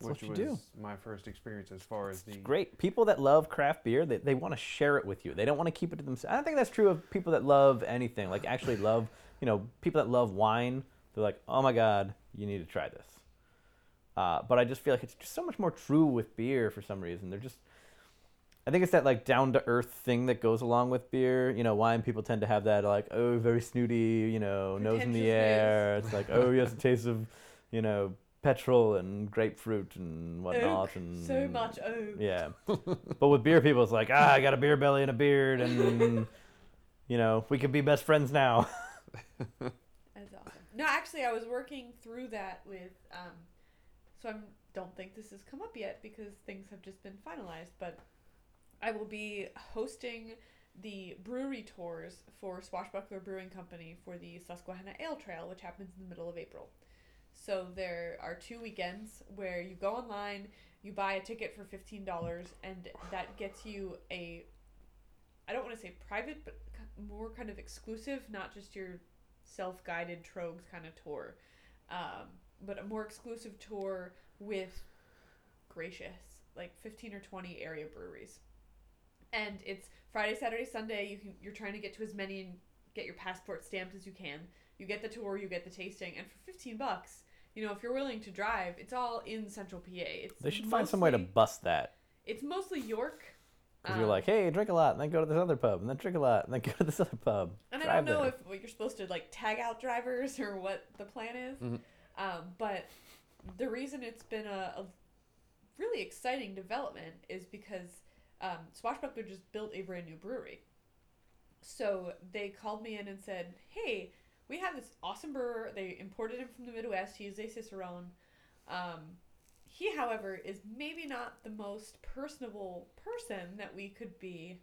Speaker 2: That's what
Speaker 3: which
Speaker 2: you do.
Speaker 3: was my first experience as far as the.
Speaker 2: Great. People that love craft beer, they, they want to share it with you. They don't want to keep it to themselves. I don't think that's true of people that love anything. Like actually love, you know, people that love wine. They're like, oh my god, you need to try this. Uh, but I just feel like it's just so much more true with beer for some reason. They're just, I think it's that like down to earth thing that goes along with beer. You know, wine people tend to have that like, oh, very snooty, you know, nose in
Speaker 1: Pretentious
Speaker 2: the
Speaker 1: nose.
Speaker 2: air. It's like, oh, yes, it tastes of, you know, petrol and grapefruit and whatnot.
Speaker 1: Oak,
Speaker 2: and
Speaker 1: Oh, so much oak.
Speaker 2: Yeah. but with beer people, it's like, ah, I got a beer belly and a beard, and, you know, we could be best friends now.
Speaker 1: That's awesome. No, actually, I was working through that with. Um, so I don't think this has come up yet because things have just been finalized. But I will be hosting the brewery tours for Swashbuckler Brewing Company for the Susquehanna Ale Trail, which happens in the middle of April. So there are two weekends where you go online, you buy a ticket for fifteen dollars, and that gets you a. I don't want to say private, but k- more kind of exclusive, not just your self-guided trogs kind of tour um, but a more exclusive tour with gracious like 15 or 20 area breweries and it's friday saturday sunday you can you're trying to get to as many and get your passport stamped as you can you get the tour you get the tasting and for 15 bucks you know if you're willing to drive it's all in central pa it's
Speaker 2: They should find some way to
Speaker 1: mostly-
Speaker 2: bust that.
Speaker 1: it's mostly york
Speaker 2: Because
Speaker 1: um,
Speaker 2: you're like, hey, drink a lot, and then go to this other pub, and then drink a lot, and then go to this other pub.
Speaker 1: And I
Speaker 2: Drive
Speaker 1: don't know
Speaker 2: there.
Speaker 1: if well, you're supposed to like tag out drivers or what the plan is,
Speaker 2: Mm-hmm.
Speaker 3: Mhm.
Speaker 1: um, but the reason it's been a, a really exciting development is because um, Swashbuckler just built a brand new brewery. So they called me in and said, "Hey, we have this awesome brewer. They imported him from the Midwest. He's a cicerone. Um, he, however, is maybe not the most personable person that we could be."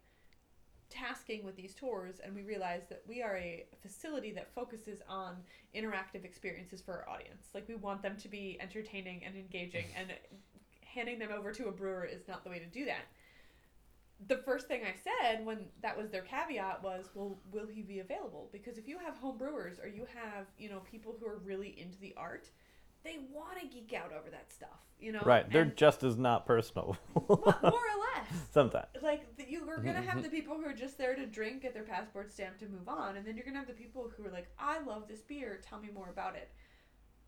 Speaker 1: tasking with these tours and we realized that we are a facility that focuses on interactive experiences for our audience like we want them to be entertaining and engaging and handing them over to a brewer is not the way to do that the first thing i said when that was their caveat was well will he be available because if you have home brewers or you have you know people who are really into the art they want to geek out over that stuff you know
Speaker 2: Right, they're
Speaker 1: And
Speaker 2: just as not personal.
Speaker 1: mo- more or less
Speaker 2: Sometimes.
Speaker 1: like th- you were gonna
Speaker 2: Mm-hmm,
Speaker 1: have the people who are just there to drink, get their passport stamped, and move on, and then you're gonna have the people who are like, "I love this beer. Tell me more about it."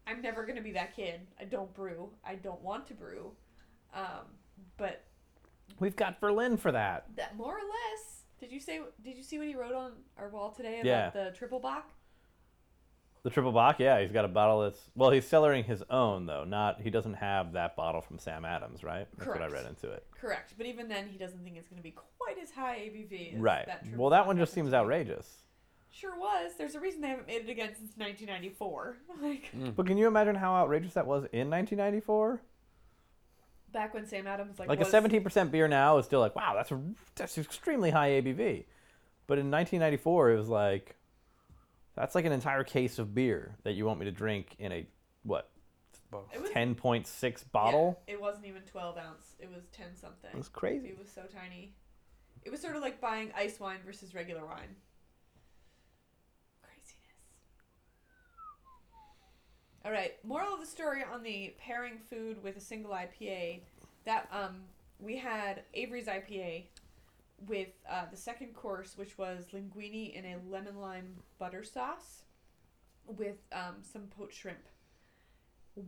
Speaker 1: I'm never gonna be that kid. I don't brew. I don't want to brew. Um, but
Speaker 2: We've got Berlin for that.
Speaker 1: that more or less. Did you say? Did you see what he wrote on our wall today about
Speaker 2: Yeah.
Speaker 1: the triple bock?
Speaker 2: The triple Bach, yeah, he's got a bottle that's well, he's cellaring his own though. Not he doesn't have that bottle from Sam Adams, right? That's what I
Speaker 1: Correct.
Speaker 2: read into it.
Speaker 1: Correct. But even then, he doesn't think it's gonna be quite as high ABV. As
Speaker 2: right.
Speaker 1: That Triple
Speaker 2: well, that
Speaker 1: Bock
Speaker 2: one just
Speaker 1: happens
Speaker 2: seems
Speaker 1: to be.
Speaker 2: outrageous.
Speaker 1: Sure was. There's a reason they haven't made it again since 1994. Like
Speaker 2: But can you imagine how outrageous that was in 1994?
Speaker 1: back when Sam Adams like
Speaker 2: Like
Speaker 1: was,
Speaker 2: a 17% beer now is still like, wow, that's a, that's extremely high ABV. But in 1994, it was like, that's like an entire case of beer that you want me to drink in a what
Speaker 3: Well,
Speaker 1: It was
Speaker 2: 10.6 bottle?
Speaker 1: Yeah, it wasn't even 12 ounce. It was 10 something.
Speaker 2: That's crazy.
Speaker 1: It was so tiny. It was sort of like buying ice wine versus regular wine. Craziness. All right. Moral of the story on the pairing food with a single IPA that um, we had Avery's IPA with uh, the second course, which was linguine in a lemon lime butter sauce with um, some poached shrimp.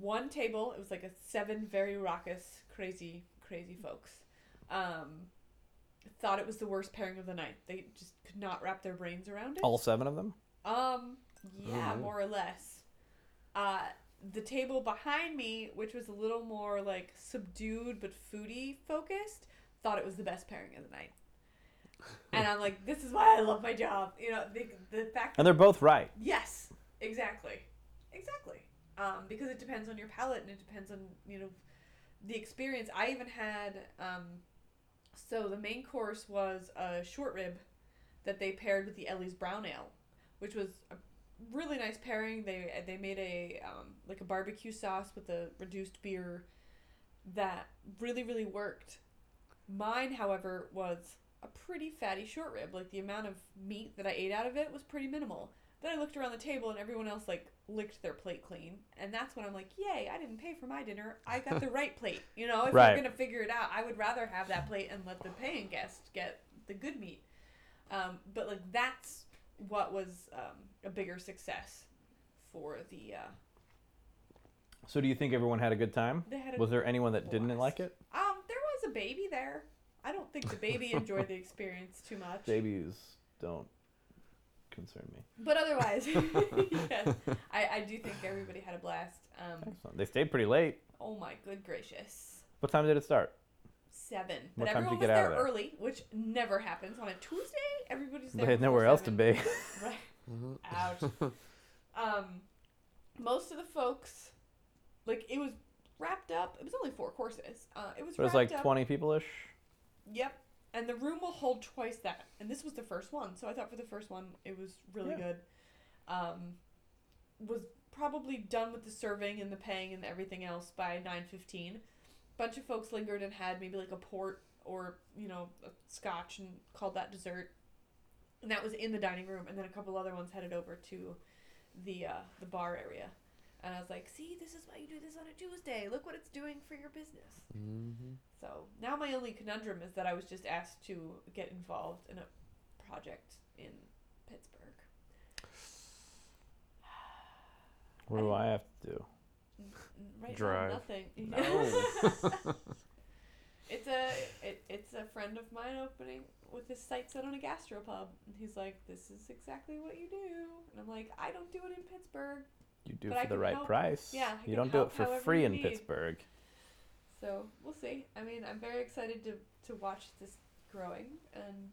Speaker 1: One table, it was like a seven very raucous, crazy, crazy folks. Um, thought it was the worst pairing of the night. They just could not wrap their brains around it.
Speaker 2: All seven of them?
Speaker 1: Um, yeah,
Speaker 3: Mhm.
Speaker 1: more or less. Uh, the table behind me, which was a little more like subdued but foodie focused, thought it was the best pairing of the night. And I'm like, this is why I love my job. You know, the, the fact
Speaker 2: And they're both right.
Speaker 1: Yes, exactly, exactly. Um, because it depends on your palate and it depends on you know the experience. I even had um, so the main course was a short rib that they paired with the Ellie's brown ale, which was a really nice pairing. They they made a um, like a barbecue sauce with a reduced beer that really really worked. Mine, however, was a pretty fatty short rib. Like the amount of meat that I ate out of it was pretty minimal. Then I looked around the table and everyone else like licked their plate clean, and that's when I'm like, "Yay! I didn't pay for my dinner. I got the right plate." You know, if
Speaker 2: Right.
Speaker 1: you're gonna figure it out, I would rather have that plate and let the paying guest get the good meat. Um, but like that's what was um, a bigger success for the. Uh,
Speaker 2: So do you think everyone had a good time?
Speaker 1: they had a
Speaker 2: Was there anyone that didn't
Speaker 1: blast.
Speaker 2: like it?
Speaker 1: Um, there was a baby there. I don't think the baby enjoyed the experience too much.
Speaker 2: Babies don't concern me.
Speaker 1: But otherwise, yes, I, I do think everybody had a blast. Um,
Speaker 2: Excellent. They stayed pretty late.
Speaker 1: oh my good gracious.
Speaker 2: What time did it start?
Speaker 1: Seven.
Speaker 2: What
Speaker 1: But
Speaker 2: time did
Speaker 1: everyone
Speaker 2: you
Speaker 1: was
Speaker 2: get out
Speaker 1: there,
Speaker 2: of there?
Speaker 1: early, which never happens. On a Tuesday, everybody's there.
Speaker 2: they had
Speaker 1: before
Speaker 2: nowhere else to
Speaker 1: seven.
Speaker 2: be. Mm-hmm.
Speaker 1: Right.
Speaker 3: Mhm.
Speaker 1: Ouch. um, most of the folks, like it was wrapped up. It was only four courses. Uh, it was.
Speaker 2: There was
Speaker 1: wrapped
Speaker 2: like
Speaker 1: up.
Speaker 2: 20 people ish.
Speaker 1: Yep. And the room will hold twice that. And this was the first one, so I thought for the first one it was really
Speaker 2: Yeah.
Speaker 1: good. Um, was probably done with the serving and the paying and everything else by nine fifteen. Bunch of folks lingered and had maybe like a port or you know a scotch and called that dessert. And that was in the dining room, and then a couple other ones headed over to the uh, the bar area. And I was like, "See, this is why you do this on a Tuesday. Look what it's doing for your business."
Speaker 3: Mhm.
Speaker 1: So now my only conundrum is that I was just asked to get involved in a project in Pittsburgh.
Speaker 2: What do I have to do?
Speaker 1: N- Right
Speaker 3: Drive.
Speaker 1: now, nothing.
Speaker 2: No.
Speaker 1: it's a it, it's a friend of mine opening with his sights set on a gastropub, and he's like, "This is exactly what you do," and I'm like, "I don't do it in Pittsburg."
Speaker 2: You do
Speaker 1: But
Speaker 2: for
Speaker 1: I
Speaker 2: the
Speaker 1: can
Speaker 2: right
Speaker 1: help-
Speaker 2: price.
Speaker 1: yeah, I
Speaker 2: you
Speaker 1: can
Speaker 2: don't do it
Speaker 1: help
Speaker 2: for
Speaker 1: however
Speaker 2: free
Speaker 1: you
Speaker 2: in
Speaker 1: need.
Speaker 2: Pittsburgh.
Speaker 1: So we'll see. I mean, I'm very excited to to watch this growing, and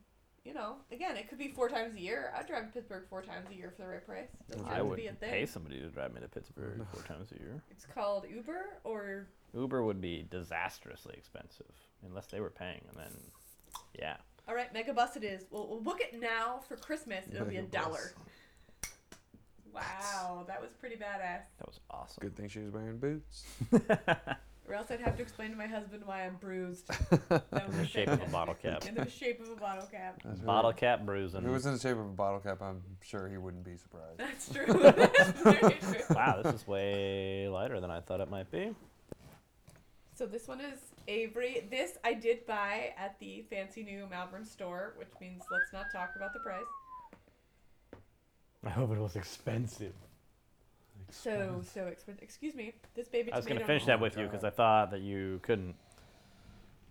Speaker 1: you know, again, it could be four times a year. I'd drive to Pittsburgh four times a year for the right price. Doesn't
Speaker 3: I
Speaker 1: have
Speaker 2: I
Speaker 1: to
Speaker 2: would
Speaker 1: be a thing.
Speaker 2: pay somebody to drive me to Pittsburgh
Speaker 3: No.
Speaker 2: four times a year.
Speaker 1: It's called Uber or
Speaker 2: Uber would be disastrously expensive unless they were paying, and then yeah.
Speaker 1: all right, Megabus it is. We'll, we'll book it now for Christmas. It'll be a
Speaker 3: Megabus.
Speaker 1: dollar. Wow, that was pretty badass.
Speaker 2: That was awesome.
Speaker 3: Good thing she was wearing boots.
Speaker 1: Or else I'd have to explain to my husband why I'm bruised. That was
Speaker 2: In the shape of a bottle cap.
Speaker 1: In the shape of a bottle cap.
Speaker 3: That's
Speaker 2: Bottle
Speaker 3: right.
Speaker 2: cap
Speaker 3: If
Speaker 2: bruising.
Speaker 3: it was in the shape of a bottle cap, I'm sure he wouldn't be surprised.
Speaker 1: That's true. That's very true.
Speaker 2: wow, this is way lighter than I thought it might be.
Speaker 1: So this one is Avery. This I did buy at the fancy new Malvern store, which means let's not talk about the price.
Speaker 2: I hope it was expensive.
Speaker 1: So so expensive. Excuse me. This baby
Speaker 2: Mm-hmm. I was going to
Speaker 1: tomato-
Speaker 2: finish
Speaker 3: Oh
Speaker 2: that
Speaker 3: my
Speaker 2: with you
Speaker 3: God.
Speaker 2: because I thought that you couldn't.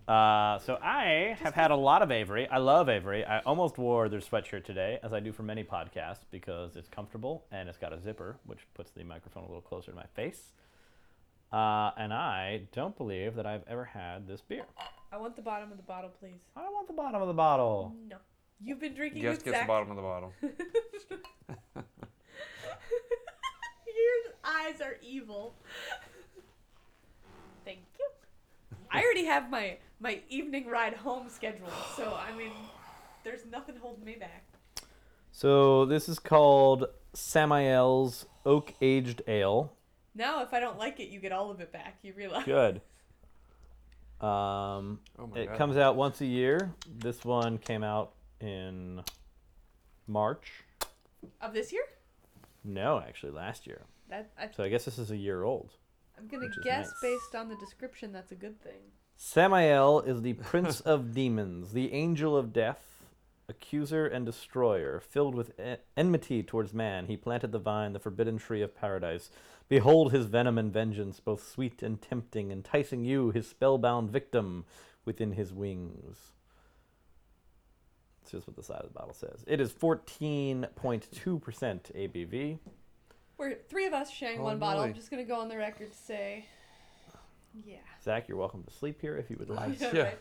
Speaker 2: Uh, so I have had a lot of Avery. I love Avery. I almost wore their sweatshirt today, as I do for many podcasts, because it's comfortable and it's got a zipper, which puts the microphone a little closer to my face. Uh, and I don't believe that I've ever had this beer.
Speaker 1: I want the bottom of the bottle, please.
Speaker 2: I don't want the bottom of the bottle.
Speaker 1: No. You've been drinking
Speaker 3: Guess
Speaker 1: with
Speaker 3: gets the
Speaker 1: Zach.
Speaker 3: bottom of the bottle.
Speaker 1: Your eyes are evil. Thank you. I already have my my evening ride home scheduled, so I mean, there's nothing holding me back.
Speaker 2: So this is called Samael's Oak Aged Ale.
Speaker 1: Now, if I don't like it, you get all of it back. You realize?
Speaker 2: Good. Um,
Speaker 3: Oh my
Speaker 2: It
Speaker 3: god.
Speaker 2: comes out once a year. This one came out in March.
Speaker 1: Of this year,
Speaker 2: No, actually, last year.
Speaker 1: that I,
Speaker 2: So I guess this is a year old.
Speaker 1: I'm gonna
Speaker 2: Which is
Speaker 1: guess
Speaker 2: nice.
Speaker 1: based on the description that's a good thing.
Speaker 2: Samael is the prince of demons, the angel of death, accuser and destroyer. Filled with e- enmity towards man, he planted the vine, the forbidden tree of paradise. Behold his venom and vengeance, both sweet and tempting, enticing you, his spellbound victim, within his wings. That's just what the side of the bottle says. It is 14.2% ABV.
Speaker 1: We're three of us sharing
Speaker 3: Oh,
Speaker 1: one bottle. I'm
Speaker 3: boy.
Speaker 1: just gonna go on the record to say, yeah.
Speaker 2: Zach, you're welcome to sleep here if you would like.
Speaker 1: Yeah,
Speaker 3: Yeah.
Speaker 1: right.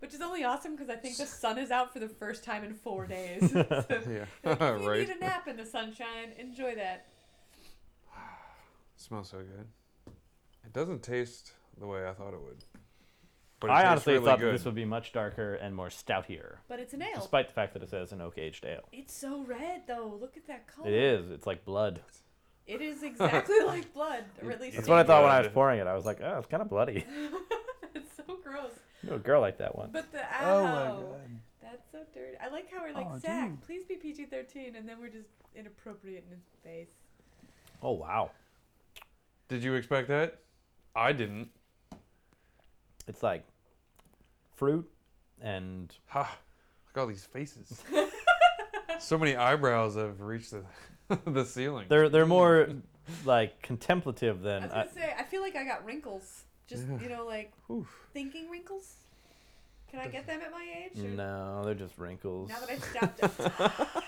Speaker 1: Which is only awesome because I think the sun is out for the first time in four days. So,
Speaker 3: Yeah.
Speaker 1: if you
Speaker 3: right.
Speaker 1: need a nap in the sunshine, enjoy that.
Speaker 3: Smells so good. It doesn't taste the way I thought it would. But it
Speaker 2: I
Speaker 3: tastes
Speaker 2: honestly
Speaker 3: really
Speaker 2: thought that
Speaker 3: good.
Speaker 2: this would be much darker and more stoutier.
Speaker 1: But it's an ale.
Speaker 2: Despite the fact that it says an oak aged ale.
Speaker 1: it's so red though. Look at that color.
Speaker 2: It is. It's like blood.
Speaker 1: It is exactly like blood, or at least
Speaker 2: That's
Speaker 1: to
Speaker 2: what I
Speaker 1: me.
Speaker 2: thought when I
Speaker 3: blood.
Speaker 2: was pouring it. I was like, oh, it's kind of bloody.
Speaker 1: it's so gross.
Speaker 2: I knew a girl like that once.
Speaker 1: But the
Speaker 3: Oh
Speaker 1: ow,
Speaker 3: my god.
Speaker 1: that's so dirty. I like how we're like
Speaker 3: Oh,
Speaker 1: Zach.
Speaker 3: dude.
Speaker 1: Please be PG-13, and then we're just inappropriate in his face.
Speaker 2: Oh wow,
Speaker 3: Did you expect that? I didn't.
Speaker 2: it's like fruit and
Speaker 3: Ha! Look at all these faces. so many eyebrows have reached the the ceiling. Mm.
Speaker 2: they're they're more like contemplative
Speaker 1: I
Speaker 2: than
Speaker 1: was
Speaker 2: I,
Speaker 1: gonna say, I feel like I got wrinkles. Just
Speaker 3: Yeah.
Speaker 1: you know, like
Speaker 3: Oof.
Speaker 1: thinking wrinkles. Can I get them at my age? or-
Speaker 2: no. They're just wrinkles.
Speaker 1: Now that I've stopped. Al-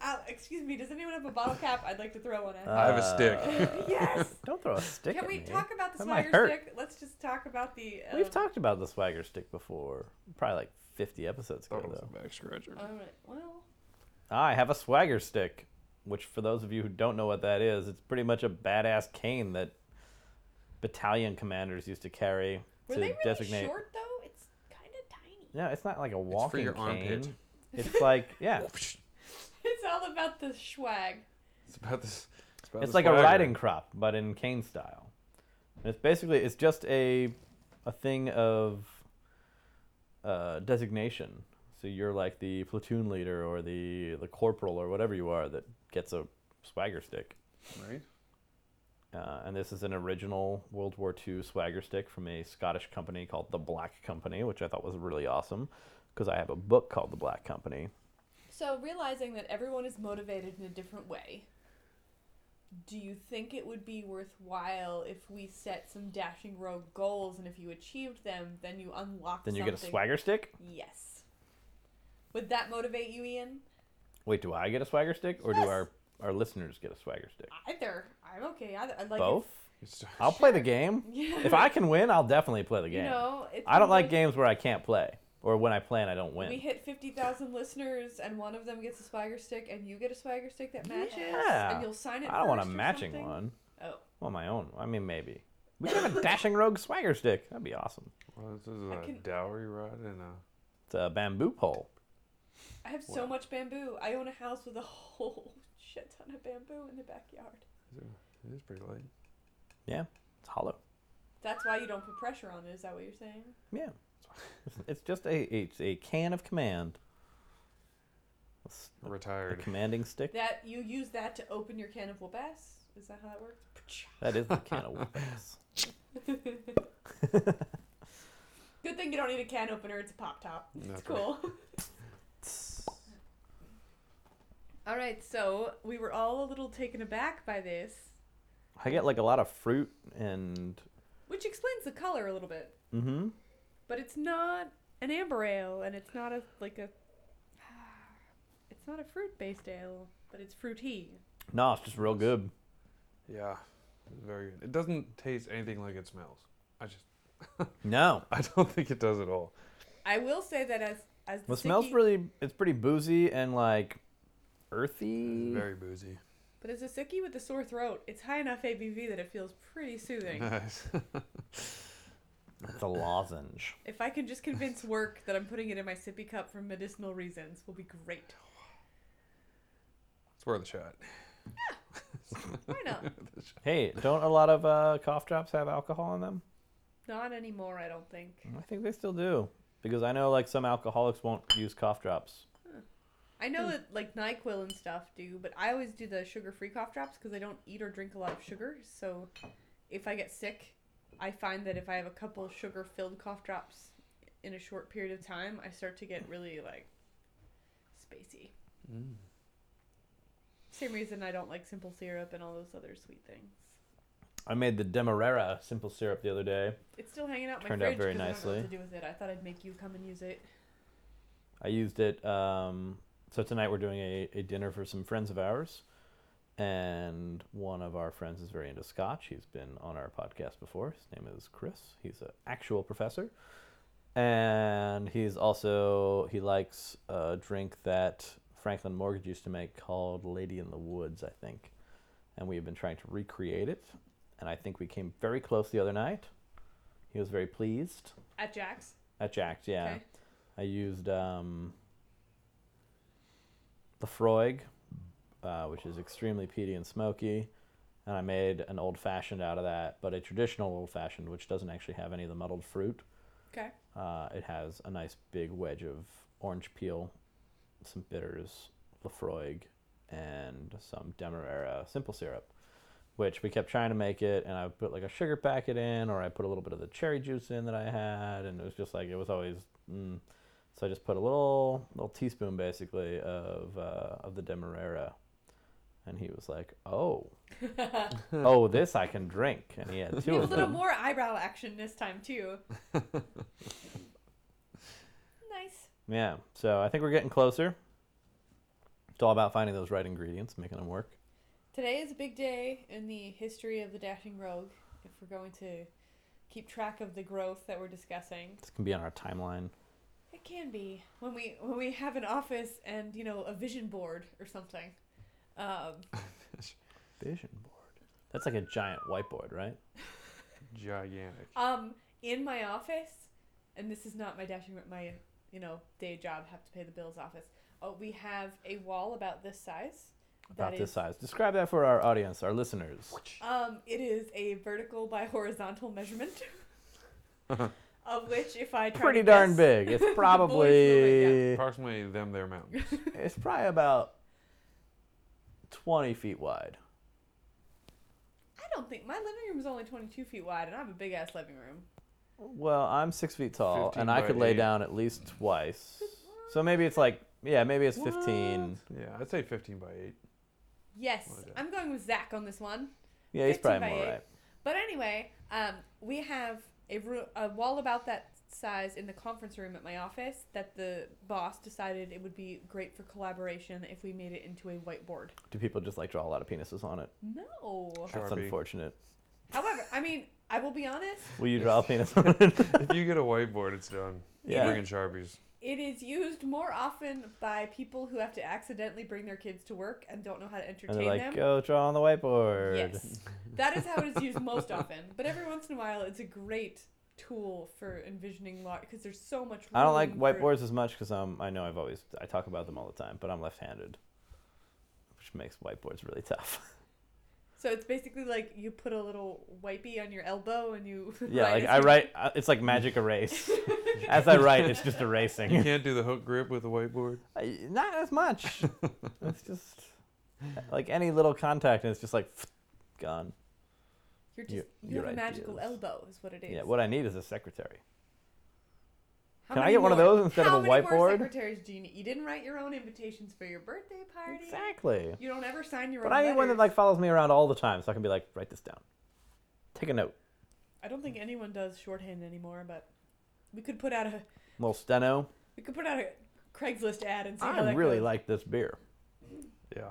Speaker 1: Uh, excuse me, does anyone have a bottle cap? I'd like to throw one at.
Speaker 3: I have a stick.
Speaker 2: Uh,
Speaker 1: yes.
Speaker 2: Don't throw a stick
Speaker 1: Can
Speaker 2: at
Speaker 1: we
Speaker 2: me.
Speaker 1: talk about the
Speaker 2: That might
Speaker 1: swagger
Speaker 2: hurt.
Speaker 1: stick? Let's just talk about the. Um,
Speaker 2: We've talked about the swagger stick before, probably like 50 episodes ago,
Speaker 3: Thought it was
Speaker 2: though.
Speaker 3: a back scratcher.
Speaker 1: Um, well,
Speaker 2: I have a swagger stick, which for those of you who don't know what that is, it's pretty much a badass cane that battalion commanders used to carry
Speaker 1: were
Speaker 2: to
Speaker 1: they really
Speaker 2: designate.
Speaker 1: short though? It's kind of tiny.
Speaker 2: No, it's not like a
Speaker 3: for
Speaker 2: walking
Speaker 3: your armpit.
Speaker 2: cane. It's like yeah,
Speaker 1: It's all about the swag.
Speaker 3: It's about this. It's, about
Speaker 2: it's
Speaker 3: the
Speaker 2: like a
Speaker 3: swagger.
Speaker 2: riding crop, but in cane style. And it's basically it's just a a thing of uh, designation. So you're like the platoon leader or the the corporal or whatever you are that gets a swagger stick.
Speaker 3: Right?
Speaker 2: Uh, and this is an original World War II swagger stick from a Scottish company called the Black Company, which I thought was really awesome because I have a book called The Black Company.
Speaker 1: So, realizing that everyone is motivated in a different way, do you think it would be worthwhile if we set some dashing rogue goals and if you achieved them, then you unlock
Speaker 2: Then you
Speaker 1: something?
Speaker 2: get a swagger stick.
Speaker 1: Yes. Would that motivate you, Ian?
Speaker 2: Wait, do I get a swagger stick or
Speaker 1: Yes.
Speaker 2: do our our listeners get a swagger stick?
Speaker 1: Either. I'm okay. Either. I'd like
Speaker 2: Both.
Speaker 3: It's,
Speaker 2: I'll play the game.
Speaker 1: Yeah.
Speaker 2: If I can win, I'll definitely play the
Speaker 1: You
Speaker 2: game.
Speaker 1: know, if
Speaker 2: I don't
Speaker 1: we
Speaker 2: like
Speaker 1: hit-
Speaker 2: games where I can't play or when I play and I don't
Speaker 1: We
Speaker 2: win.
Speaker 1: hit 50,000 listeners and one of them gets a swagger stick and you get a swagger stick that matches
Speaker 2: Yeah.
Speaker 1: and you'll sign it
Speaker 2: I don't want a
Speaker 1: first or
Speaker 2: matching
Speaker 1: something.
Speaker 2: one.
Speaker 1: Oh.
Speaker 2: I want my own. I mean, maybe. We could have a dashing rogue swagger stick. That'd be awesome.
Speaker 3: well, this is
Speaker 1: I
Speaker 3: a
Speaker 1: can-
Speaker 3: dowry rod and a.
Speaker 2: It's a bamboo pole.
Speaker 1: I have so much bamboo. I own a house with a whole shit ton of bamboo in the backyard.
Speaker 3: It is pretty light.
Speaker 2: It's hollow.
Speaker 1: That's why you don't put pressure on it. Is that what you're saying?
Speaker 2: Yeah. It's just a it's a can of command. A s- A
Speaker 3: Retired.
Speaker 2: commanding stick.
Speaker 1: That you use that to open your can of whoop-ass? Is that how that works?
Speaker 2: That is the can of whoop-ass.
Speaker 1: Good thing you don't need a can opener. It's a pop top. It's
Speaker 3: That's right.
Speaker 1: cool. all right, so we were all a little taken aback by this,
Speaker 2: I get like a lot of fruit and
Speaker 1: which explains the color a little bit.
Speaker 2: mm-hmm.
Speaker 1: But it's not an amber ale, and it's not a like a. It's not a fruit-based ale, but it's fruity.
Speaker 2: No, it's just real good.
Speaker 3: Yeah. It's very good. It doesn't taste anything like it smells. I just.
Speaker 2: No.
Speaker 3: I don't think it does at all.
Speaker 1: I will say that as as the
Speaker 2: Well, it smells
Speaker 1: sticky-
Speaker 2: really it's pretty boozy and like earthy. Mm.
Speaker 3: It's very boozy.
Speaker 1: But as a sickie with a sore throat, it's high enough ABV that it feels pretty soothing.
Speaker 3: Nice.
Speaker 2: It's a lozenge.
Speaker 1: If I can just convince work that I'm putting it in my sippy cup for medicinal reasons, will be great.
Speaker 3: it's worth a shot.
Speaker 1: Why not?
Speaker 2: Hey, don't a lot of uh, cough drops have alcohol in them?
Speaker 1: not anymore, I don't think.
Speaker 2: I think they still do because I know like some alcoholics won't use cough drops.
Speaker 1: I
Speaker 2: Hmm.
Speaker 1: know that like NyQuil and stuff do, but I always do the sugar-free cough drops because I don't eat or drink a lot of sugar. So if I get sick, I find that if I have a couple sugar-filled cough drops in a short period of time, I start to get really like spacey.
Speaker 2: Hmm.
Speaker 3: Mm.
Speaker 1: Same reason I don't like simple syrup and all those other sweet things.
Speaker 2: I made the Demerara simple syrup the other day.
Speaker 1: It's still hanging out in my
Speaker 2: Turned out
Speaker 1: fridge
Speaker 2: very
Speaker 1: 'cause I don't know what to
Speaker 2: nicely.
Speaker 1: do with it. I thought I'd make you come and use it.
Speaker 2: I used it. Um, so tonight we're doing a, a dinner for some friends of ours, and one of our friends is very into scotch. He's been on our podcast before. His name is Chris. He's an actual professor, and he's also he likes a drink that Franklin Mortgage used to make called Lady in the Woods, I think, and we have been trying to recreate it, and I think we came very close the other night. He was very pleased
Speaker 1: At Jack's.
Speaker 2: at Jack's. Yeah.
Speaker 1: Okay.
Speaker 2: I used um, the Froig, uh, which is extremely peaty and smoky, and I made an old fashioned out of that, but a traditional old fashioned, which doesn't actually have any of the muddled fruit.
Speaker 1: Okay.
Speaker 2: Uh, it has a nice big wedge of orange peel, some bitters, Lafroig, and some Demerara simple syrup, which we kept trying to make it. And I put like a sugar packet in, or I put a little bit of the cherry juice in that I had, and it was just like it was always. Mm. So I just put a little little teaspoon basically of uh, of the Demerara, and he was like, "Oh, oh, this I can drink," and he had
Speaker 1: We
Speaker 2: two
Speaker 1: have a
Speaker 2: of
Speaker 1: little
Speaker 2: them.
Speaker 1: more eyebrow action this time too. nice.
Speaker 2: Yeah, so I think we're getting closer. It's all about finding those right ingredients, making them work.
Speaker 1: Today is a big day in the history of the Dashing Rogue. If we're going to keep track of the growth that we're discussing,
Speaker 2: This can be on our timeline.
Speaker 1: it can be when we when we have an office and you know a vision board or something. Um,
Speaker 2: Vision board. That's like a giant whiteboard, right?
Speaker 3: Gigantic.
Speaker 1: um, in my office, and this is not my dashing Ro- my you know day job have to pay the bills office. Oh, we have a wall about this size.
Speaker 2: About
Speaker 1: that
Speaker 2: this
Speaker 1: is-
Speaker 2: size. Describe that for our audience, our listeners.
Speaker 1: Um, it is a vertical by horizontal measurement. of which, if I try
Speaker 2: Pretty
Speaker 1: to
Speaker 2: darn
Speaker 1: guess-
Speaker 2: big. It's
Speaker 1: The boys
Speaker 2: probably
Speaker 1: really,
Speaker 3: Approximately them their mountains.
Speaker 2: it's probably about twenty feet wide.
Speaker 1: I don't think my living room is only 22 feet wide, and I have a big ass living room.
Speaker 2: Well, I'm six feet tall,
Speaker 3: 15
Speaker 2: and I
Speaker 3: by
Speaker 2: could lay
Speaker 3: eight.
Speaker 2: down at least twice. So maybe it's like, yeah, maybe it's 15.
Speaker 3: Yeah, I'd say 15 by 8.
Speaker 1: Yes,
Speaker 3: Well done.
Speaker 1: I'm going with Zach on this one.
Speaker 2: Yeah, he's
Speaker 1: 15
Speaker 2: probably
Speaker 1: by
Speaker 2: more
Speaker 1: eight.
Speaker 2: right.
Speaker 1: But anyway, um, we have a, roo- a wall about that size in the conference room at my office that the boss decided it would be great for collaboration if we made it into a whiteboard.
Speaker 2: Do people just like draw a lot of penises on it?
Speaker 1: No.
Speaker 2: That's
Speaker 3: Sharpie.
Speaker 2: unfortunate.
Speaker 1: However, I mean, I will be honest.
Speaker 2: Will you draw a penis on it?
Speaker 3: If you get a whiteboard, it's done.
Speaker 2: Yeah.
Speaker 3: Yeah. Bringing Sharpies.
Speaker 1: It is used more often by people who have to accidentally bring their kids to work and don't know how to entertain
Speaker 2: And they're like,
Speaker 1: them.
Speaker 2: go draw on the whiteboard.
Speaker 1: Yes. That is how it is used most often. But every once in a while, it's a great tool for envisioning law because there's so much.
Speaker 2: I don't like
Speaker 1: room for-
Speaker 2: whiteboards as much because um, I know I've always I talk about them all the time, but I'm left-handed, which makes whiteboards really tough.
Speaker 1: So it's basically like you put a little wipey on your elbow and you.
Speaker 2: yeah, like
Speaker 1: as
Speaker 2: I
Speaker 1: you-
Speaker 2: write. uh, It's like magic erase. as I write, it's just
Speaker 3: You
Speaker 2: erasing.
Speaker 3: can't do the hook grip with a whiteboard.
Speaker 2: I- Not as much. it's just like any little contact, and it's just like gone.
Speaker 1: You're just,
Speaker 2: your-
Speaker 1: you have
Speaker 2: your
Speaker 1: a magical
Speaker 2: ideas.
Speaker 1: elbow, is what it is.
Speaker 2: Yeah, what I need is a secretary.
Speaker 1: How
Speaker 2: can I
Speaker 1: many
Speaker 2: get one of
Speaker 1: more-
Speaker 2: those instead of
Speaker 1: how
Speaker 2: a
Speaker 1: many more
Speaker 2: whiteboard?
Speaker 1: secretaries do you need? You didn't write your own invitations for your birthday party.
Speaker 2: Exactly.
Speaker 1: You don't ever sign your
Speaker 2: But
Speaker 1: own.
Speaker 2: I need one that
Speaker 1: letters.
Speaker 2: like follows me around all the time, so I can be like, write this down, take a note,
Speaker 1: I don't think anyone does shorthand anymore, but we could put out a
Speaker 2: little steno.
Speaker 1: we could put out a Craigslist ad and see how
Speaker 2: I
Speaker 1: that
Speaker 2: really
Speaker 1: goes.
Speaker 2: like this beer.
Speaker 3: Yeah.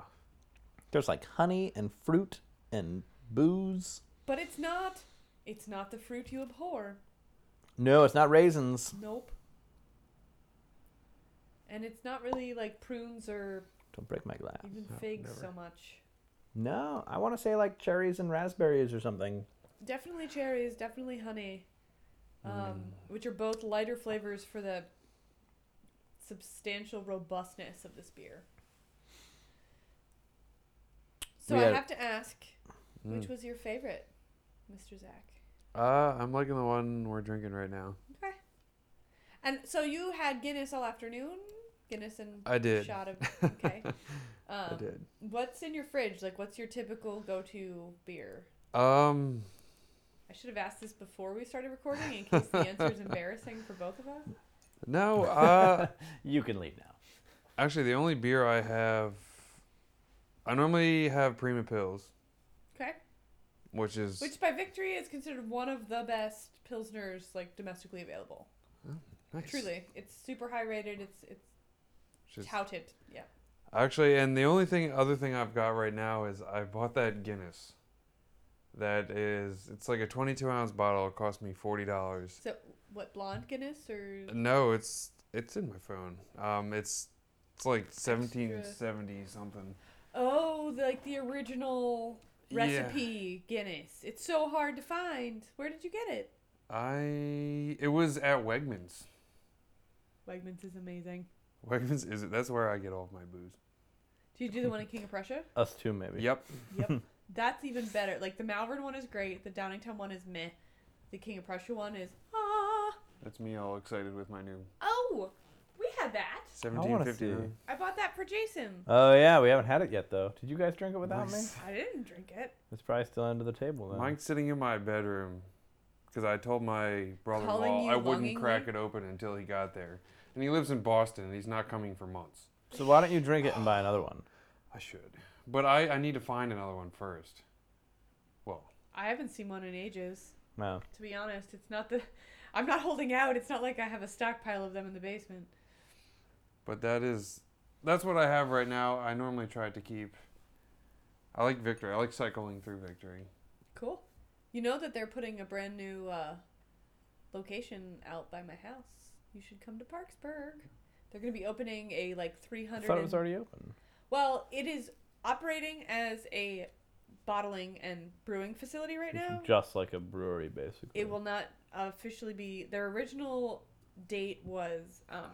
Speaker 2: There's like honey and fruit and booze.
Speaker 1: But it's not. It's not the fruit you abhor.
Speaker 2: No, it's not raisins.
Speaker 1: Nope. And it's not really like prunes or
Speaker 2: Don't break my glass.
Speaker 1: even
Speaker 3: No,
Speaker 1: figs
Speaker 3: never.
Speaker 1: so much.
Speaker 2: No, I want to say like cherries and raspberries or something.
Speaker 1: Definitely cherries, definitely honey,
Speaker 2: Mm.
Speaker 1: um, which are both lighter flavors for the substantial robustness of this beer. So
Speaker 2: We
Speaker 1: I
Speaker 2: had-
Speaker 1: have to ask,
Speaker 3: Mm.
Speaker 1: which was your favorite, Mr. Zach?
Speaker 3: Uh, I'm liking the one we're drinking right now.
Speaker 1: And so you had Guinness all afternoon. Guinness and
Speaker 3: I did.
Speaker 1: shot of okay. Um,
Speaker 3: I did.
Speaker 1: What's in your fridge? Like, what's your typical go-to beer?
Speaker 3: Um,
Speaker 1: I should have asked this before we started recording, in case the answer is embarrassing for both of us.
Speaker 3: no, uh,
Speaker 2: You can leave now.
Speaker 3: actually, the only beer I have, I normally have Prima Pills,
Speaker 1: Okay.
Speaker 3: which is,
Speaker 1: Which by Victory is considered one of the best pilsners like domestically available.
Speaker 3: nice.
Speaker 1: Truly, it's super high rated. It's it's
Speaker 3: Which is-
Speaker 1: touted. Yeah.
Speaker 3: Actually, and the only thing, other thing I've got right now is I bought that Guinness. That is, it's like a 22 ounce bottle. It cost me forty dollars.
Speaker 1: So what blonde Guinness or
Speaker 3: No, it's it's in my phone. Um, it's it's like
Speaker 1: Extra.
Speaker 3: 1770 something.
Speaker 1: oh the, like the original
Speaker 3: Yeah.
Speaker 1: recipe Guinness? It's so hard to find. Where did you get it?
Speaker 3: I it was at Wegmans.
Speaker 1: Wegmans is amazing.
Speaker 3: Wegmans is that's where I get all of my booze.
Speaker 1: Do you do the one in King of Prussia?
Speaker 2: Us too, maybe.
Speaker 3: Yep.
Speaker 1: Yep. That's even better. Like the Malvern one is great. The Downingtown one is meh. The King of Prussia one is ah.
Speaker 3: That's me all excited with my new
Speaker 1: Oh, we had that.
Speaker 3: 1750.
Speaker 2: see.
Speaker 1: I bought that for Jason.
Speaker 2: Oh yeah, we haven't had it yet though. Did you guys drink it without me?
Speaker 3: Nice.
Speaker 1: I didn't drink it.
Speaker 2: It's probably still under the table then.
Speaker 3: Mike's sitting in my bedroom because I told my
Speaker 1: Calling
Speaker 3: brother-in-law
Speaker 1: you
Speaker 3: I wouldn't
Speaker 1: longingly?
Speaker 3: crack it open until he got there, and he lives in Boston and he's not coming for months.
Speaker 2: So why don't you drink it and buy another one?
Speaker 3: I should, but I I need to find another one first. Well,
Speaker 1: I haven't seen one in ages.
Speaker 2: No.
Speaker 1: To be honest, it's not the. I'm not holding out. It's not like I have a stockpile of them in the basement.
Speaker 3: but that is that's what I have right now. I normally try to keep. I like victory. I like cycling through victory.
Speaker 1: Cool. You know that they're putting a brand new uh, location out by my house. You should come to Parksburg. They're going to be opening a like 300.
Speaker 2: I thought it
Speaker 1: and-
Speaker 2: was already open.
Speaker 1: Well, it is operating as a bottling and brewing facility right now.
Speaker 2: Just like a brewery, basically.
Speaker 1: It will not officially be. Their original date was um,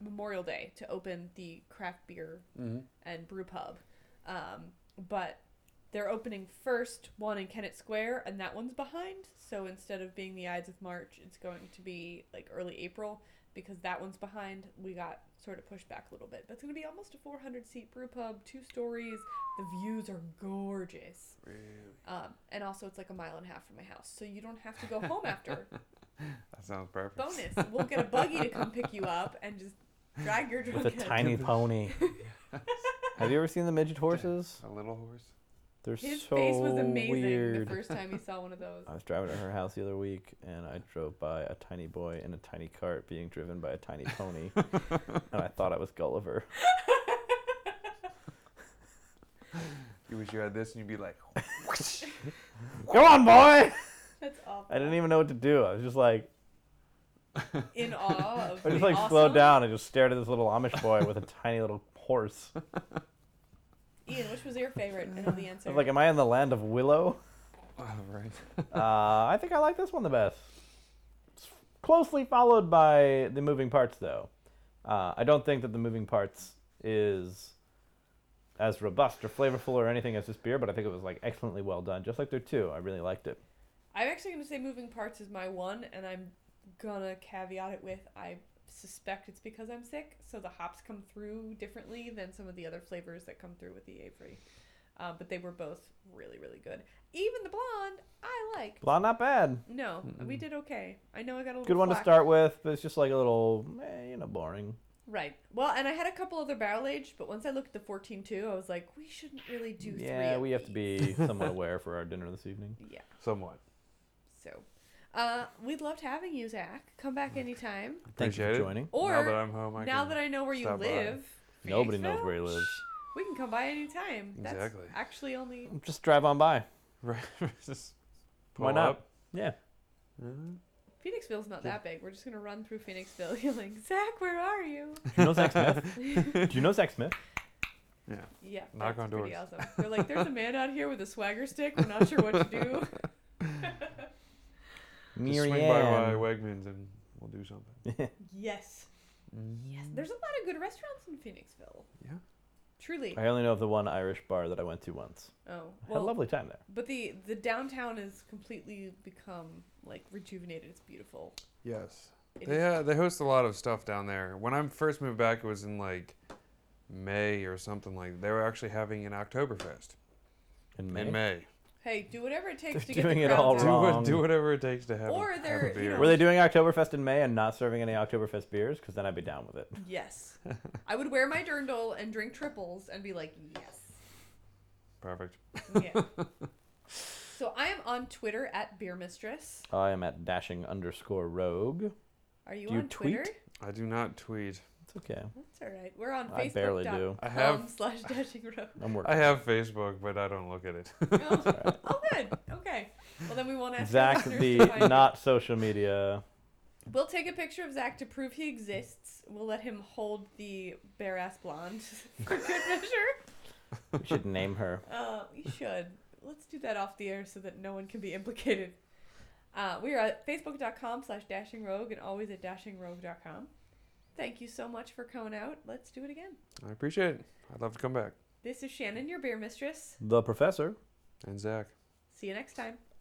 Speaker 1: Memorial Day to open the craft beer
Speaker 3: Mm-hmm.
Speaker 1: and brew pub. Um, but they're opening first one in Kennett Square, and that one's behind. So instead of being the Ides of March, it's going to be like early April because that one's behind. We got sort of pushed back a little bit. That's going to be almost a 400 seat brew pub, two stories. The views are gorgeous.
Speaker 3: Really?
Speaker 1: Um, and also, it's like a mile and a half from my house. So you don't have to go home after.
Speaker 3: That sounds perfect.
Speaker 1: Bonus, we'll get a buggy to come pick you up and just drag your drunk
Speaker 2: With a
Speaker 1: ass-
Speaker 2: tiny pony. Have you ever seen the midget horses?
Speaker 3: A little horse.
Speaker 2: They're
Speaker 1: His
Speaker 2: so
Speaker 1: face was amazing
Speaker 2: weird.
Speaker 1: the first time he saw one of those.
Speaker 2: I was driving to her house the other week, and I drove by a tiny boy in a tiny cart being driven by a tiny pony, and I thought I was Gulliver.
Speaker 3: You wish you had this, and you'd be like,
Speaker 2: Come on, boy!
Speaker 1: That's awful.
Speaker 2: I didn't even know what to do. I was just like,
Speaker 1: In awe of
Speaker 2: I just
Speaker 1: the
Speaker 2: like
Speaker 1: awesome,
Speaker 2: slowed down and just stared at this little Amish boy with a tiny little horse. I
Speaker 1: Ian, which was your favorite? I know the answer.
Speaker 2: was like, am I in the land of Willow?
Speaker 3: oh, right.
Speaker 2: Uh, I think I like this one the best. It's closely followed by the moving parts, though. Uh, I don't think that the moving parts is as robust or flavorful or anything as this beer, but I think it was like excellently well done, just like their two. I really liked it.
Speaker 1: I'm actually going to say moving parts is my one, and I'm going to caveat it with I suspect it's because I'm sick, so the hops come through differently than some of the other flavors that come through with the Avery. Uh, but they were both really, really good. Even the blonde, I like.
Speaker 2: Blah, not bad.
Speaker 1: No, we did okay. I know I got a little
Speaker 2: Good one to
Speaker 1: flack.
Speaker 2: start with, but it's just like a little, eh, you know, boring.
Speaker 1: Right. Well, and I had a couple other barrel aged, but once I looked at the 14.2, I was like, we shouldn't really do three.
Speaker 2: Yeah,
Speaker 1: of
Speaker 2: we have to
Speaker 1: these.
Speaker 2: be somewhat aware for our dinner this evening.
Speaker 1: Yeah.
Speaker 3: Somewhat.
Speaker 1: So, uh, we loved having you, Zach. Come back anytime.
Speaker 2: Thank you for
Speaker 3: Appreciate it.
Speaker 2: joining.
Speaker 1: Or
Speaker 3: now that I'm home, I
Speaker 1: now
Speaker 3: can
Speaker 1: that I know where you
Speaker 3: stop by.
Speaker 1: live,
Speaker 2: Nobody knows
Speaker 1: Phoenixville,
Speaker 2: where he lives.
Speaker 1: We can come by anytime. That's
Speaker 3: Exactly.
Speaker 1: Actually, only
Speaker 2: Just drive on by.
Speaker 3: Right. Just
Speaker 2: Why
Speaker 3: pull
Speaker 2: not?
Speaker 3: up.
Speaker 2: Yeah.
Speaker 3: Mhm.
Speaker 1: Phoenixville's not that big. We're just gonna run through Phoenixville, yelling, "Zach, where are you?"
Speaker 2: Do you know Zach Smith? Do you know Zach Smith?
Speaker 1: Yeah.
Speaker 3: Knock
Speaker 1: that's
Speaker 3: on
Speaker 1: pretty
Speaker 3: doors.
Speaker 1: Awesome. They're like, "There's a man out here with a swagger stick. We're not sure what to do."
Speaker 3: Just swing by my Wegmans and we'll do something.
Speaker 1: yes. Yes. There's a lot of good restaurants in Phoenixville.
Speaker 3: Yeah.
Speaker 1: Truly.
Speaker 2: I only know of the one Irish bar that I went to once.
Speaker 1: Oh.
Speaker 2: I had
Speaker 1: Well,
Speaker 2: a lovely time there.
Speaker 1: But the the downtown has completely become like rejuvenated. It's beautiful.
Speaker 3: Yes.
Speaker 1: It
Speaker 3: They
Speaker 1: is-
Speaker 3: uh, they host a lot of stuff down there. When I first moved back, it was in like May or something like. They were actually having an Oktoberfest
Speaker 2: In May.
Speaker 3: in May.
Speaker 1: hey, do whatever it takes
Speaker 2: They're
Speaker 1: to
Speaker 2: doing
Speaker 1: get
Speaker 2: it
Speaker 1: the crowds out.
Speaker 2: all
Speaker 3: Do,
Speaker 2: Wrong.
Speaker 3: what, do whatever it takes to have. a-
Speaker 1: Or
Speaker 3: have a
Speaker 1: they're, you
Speaker 3: beer.
Speaker 1: know-
Speaker 2: Were they doing Oktoberfest in May and not serving any Oktoberfest beers? Because then I'd be down with it.
Speaker 1: Yes, I would wear my dirndl and drink triples and be like, yes.
Speaker 3: Perfect.
Speaker 1: Yeah. so I am on Twitter at Beer Mistress.
Speaker 2: I am at dashing underscore rogue.
Speaker 1: Are you
Speaker 2: Do you
Speaker 1: on Twitter?
Speaker 2: tweet?
Speaker 3: I do not tweet.
Speaker 2: It's okay.
Speaker 1: That's all right. We're on
Speaker 2: I
Speaker 1: Facebook.
Speaker 2: barely
Speaker 1: dot
Speaker 2: do.
Speaker 3: I
Speaker 1: com
Speaker 3: have
Speaker 1: slash dashing road.
Speaker 2: I'm working.
Speaker 3: I have Facebook, but I don't look at it.
Speaker 1: Oh, oh, good. Okay. Well, then we won't ask our
Speaker 2: Zach,
Speaker 1: listeners
Speaker 2: the
Speaker 1: to find it.
Speaker 2: not social media.
Speaker 1: We'll take a picture of Zach to prove he exists. We'll let him hold the bare ass blonde for good measure.
Speaker 2: We should name her.
Speaker 1: Uh, you should. Let's do that off the air so that no one can be implicated. Uh, we are at facebook.com slash dashingrogue and always at dashingrogue.com. Thank you so much for coming out. Let's do it again.
Speaker 3: I appreciate it. I'd love to come back.
Speaker 1: This is Shannon, your beer mistress.
Speaker 2: The professor.
Speaker 3: And Zach.
Speaker 1: See you next time.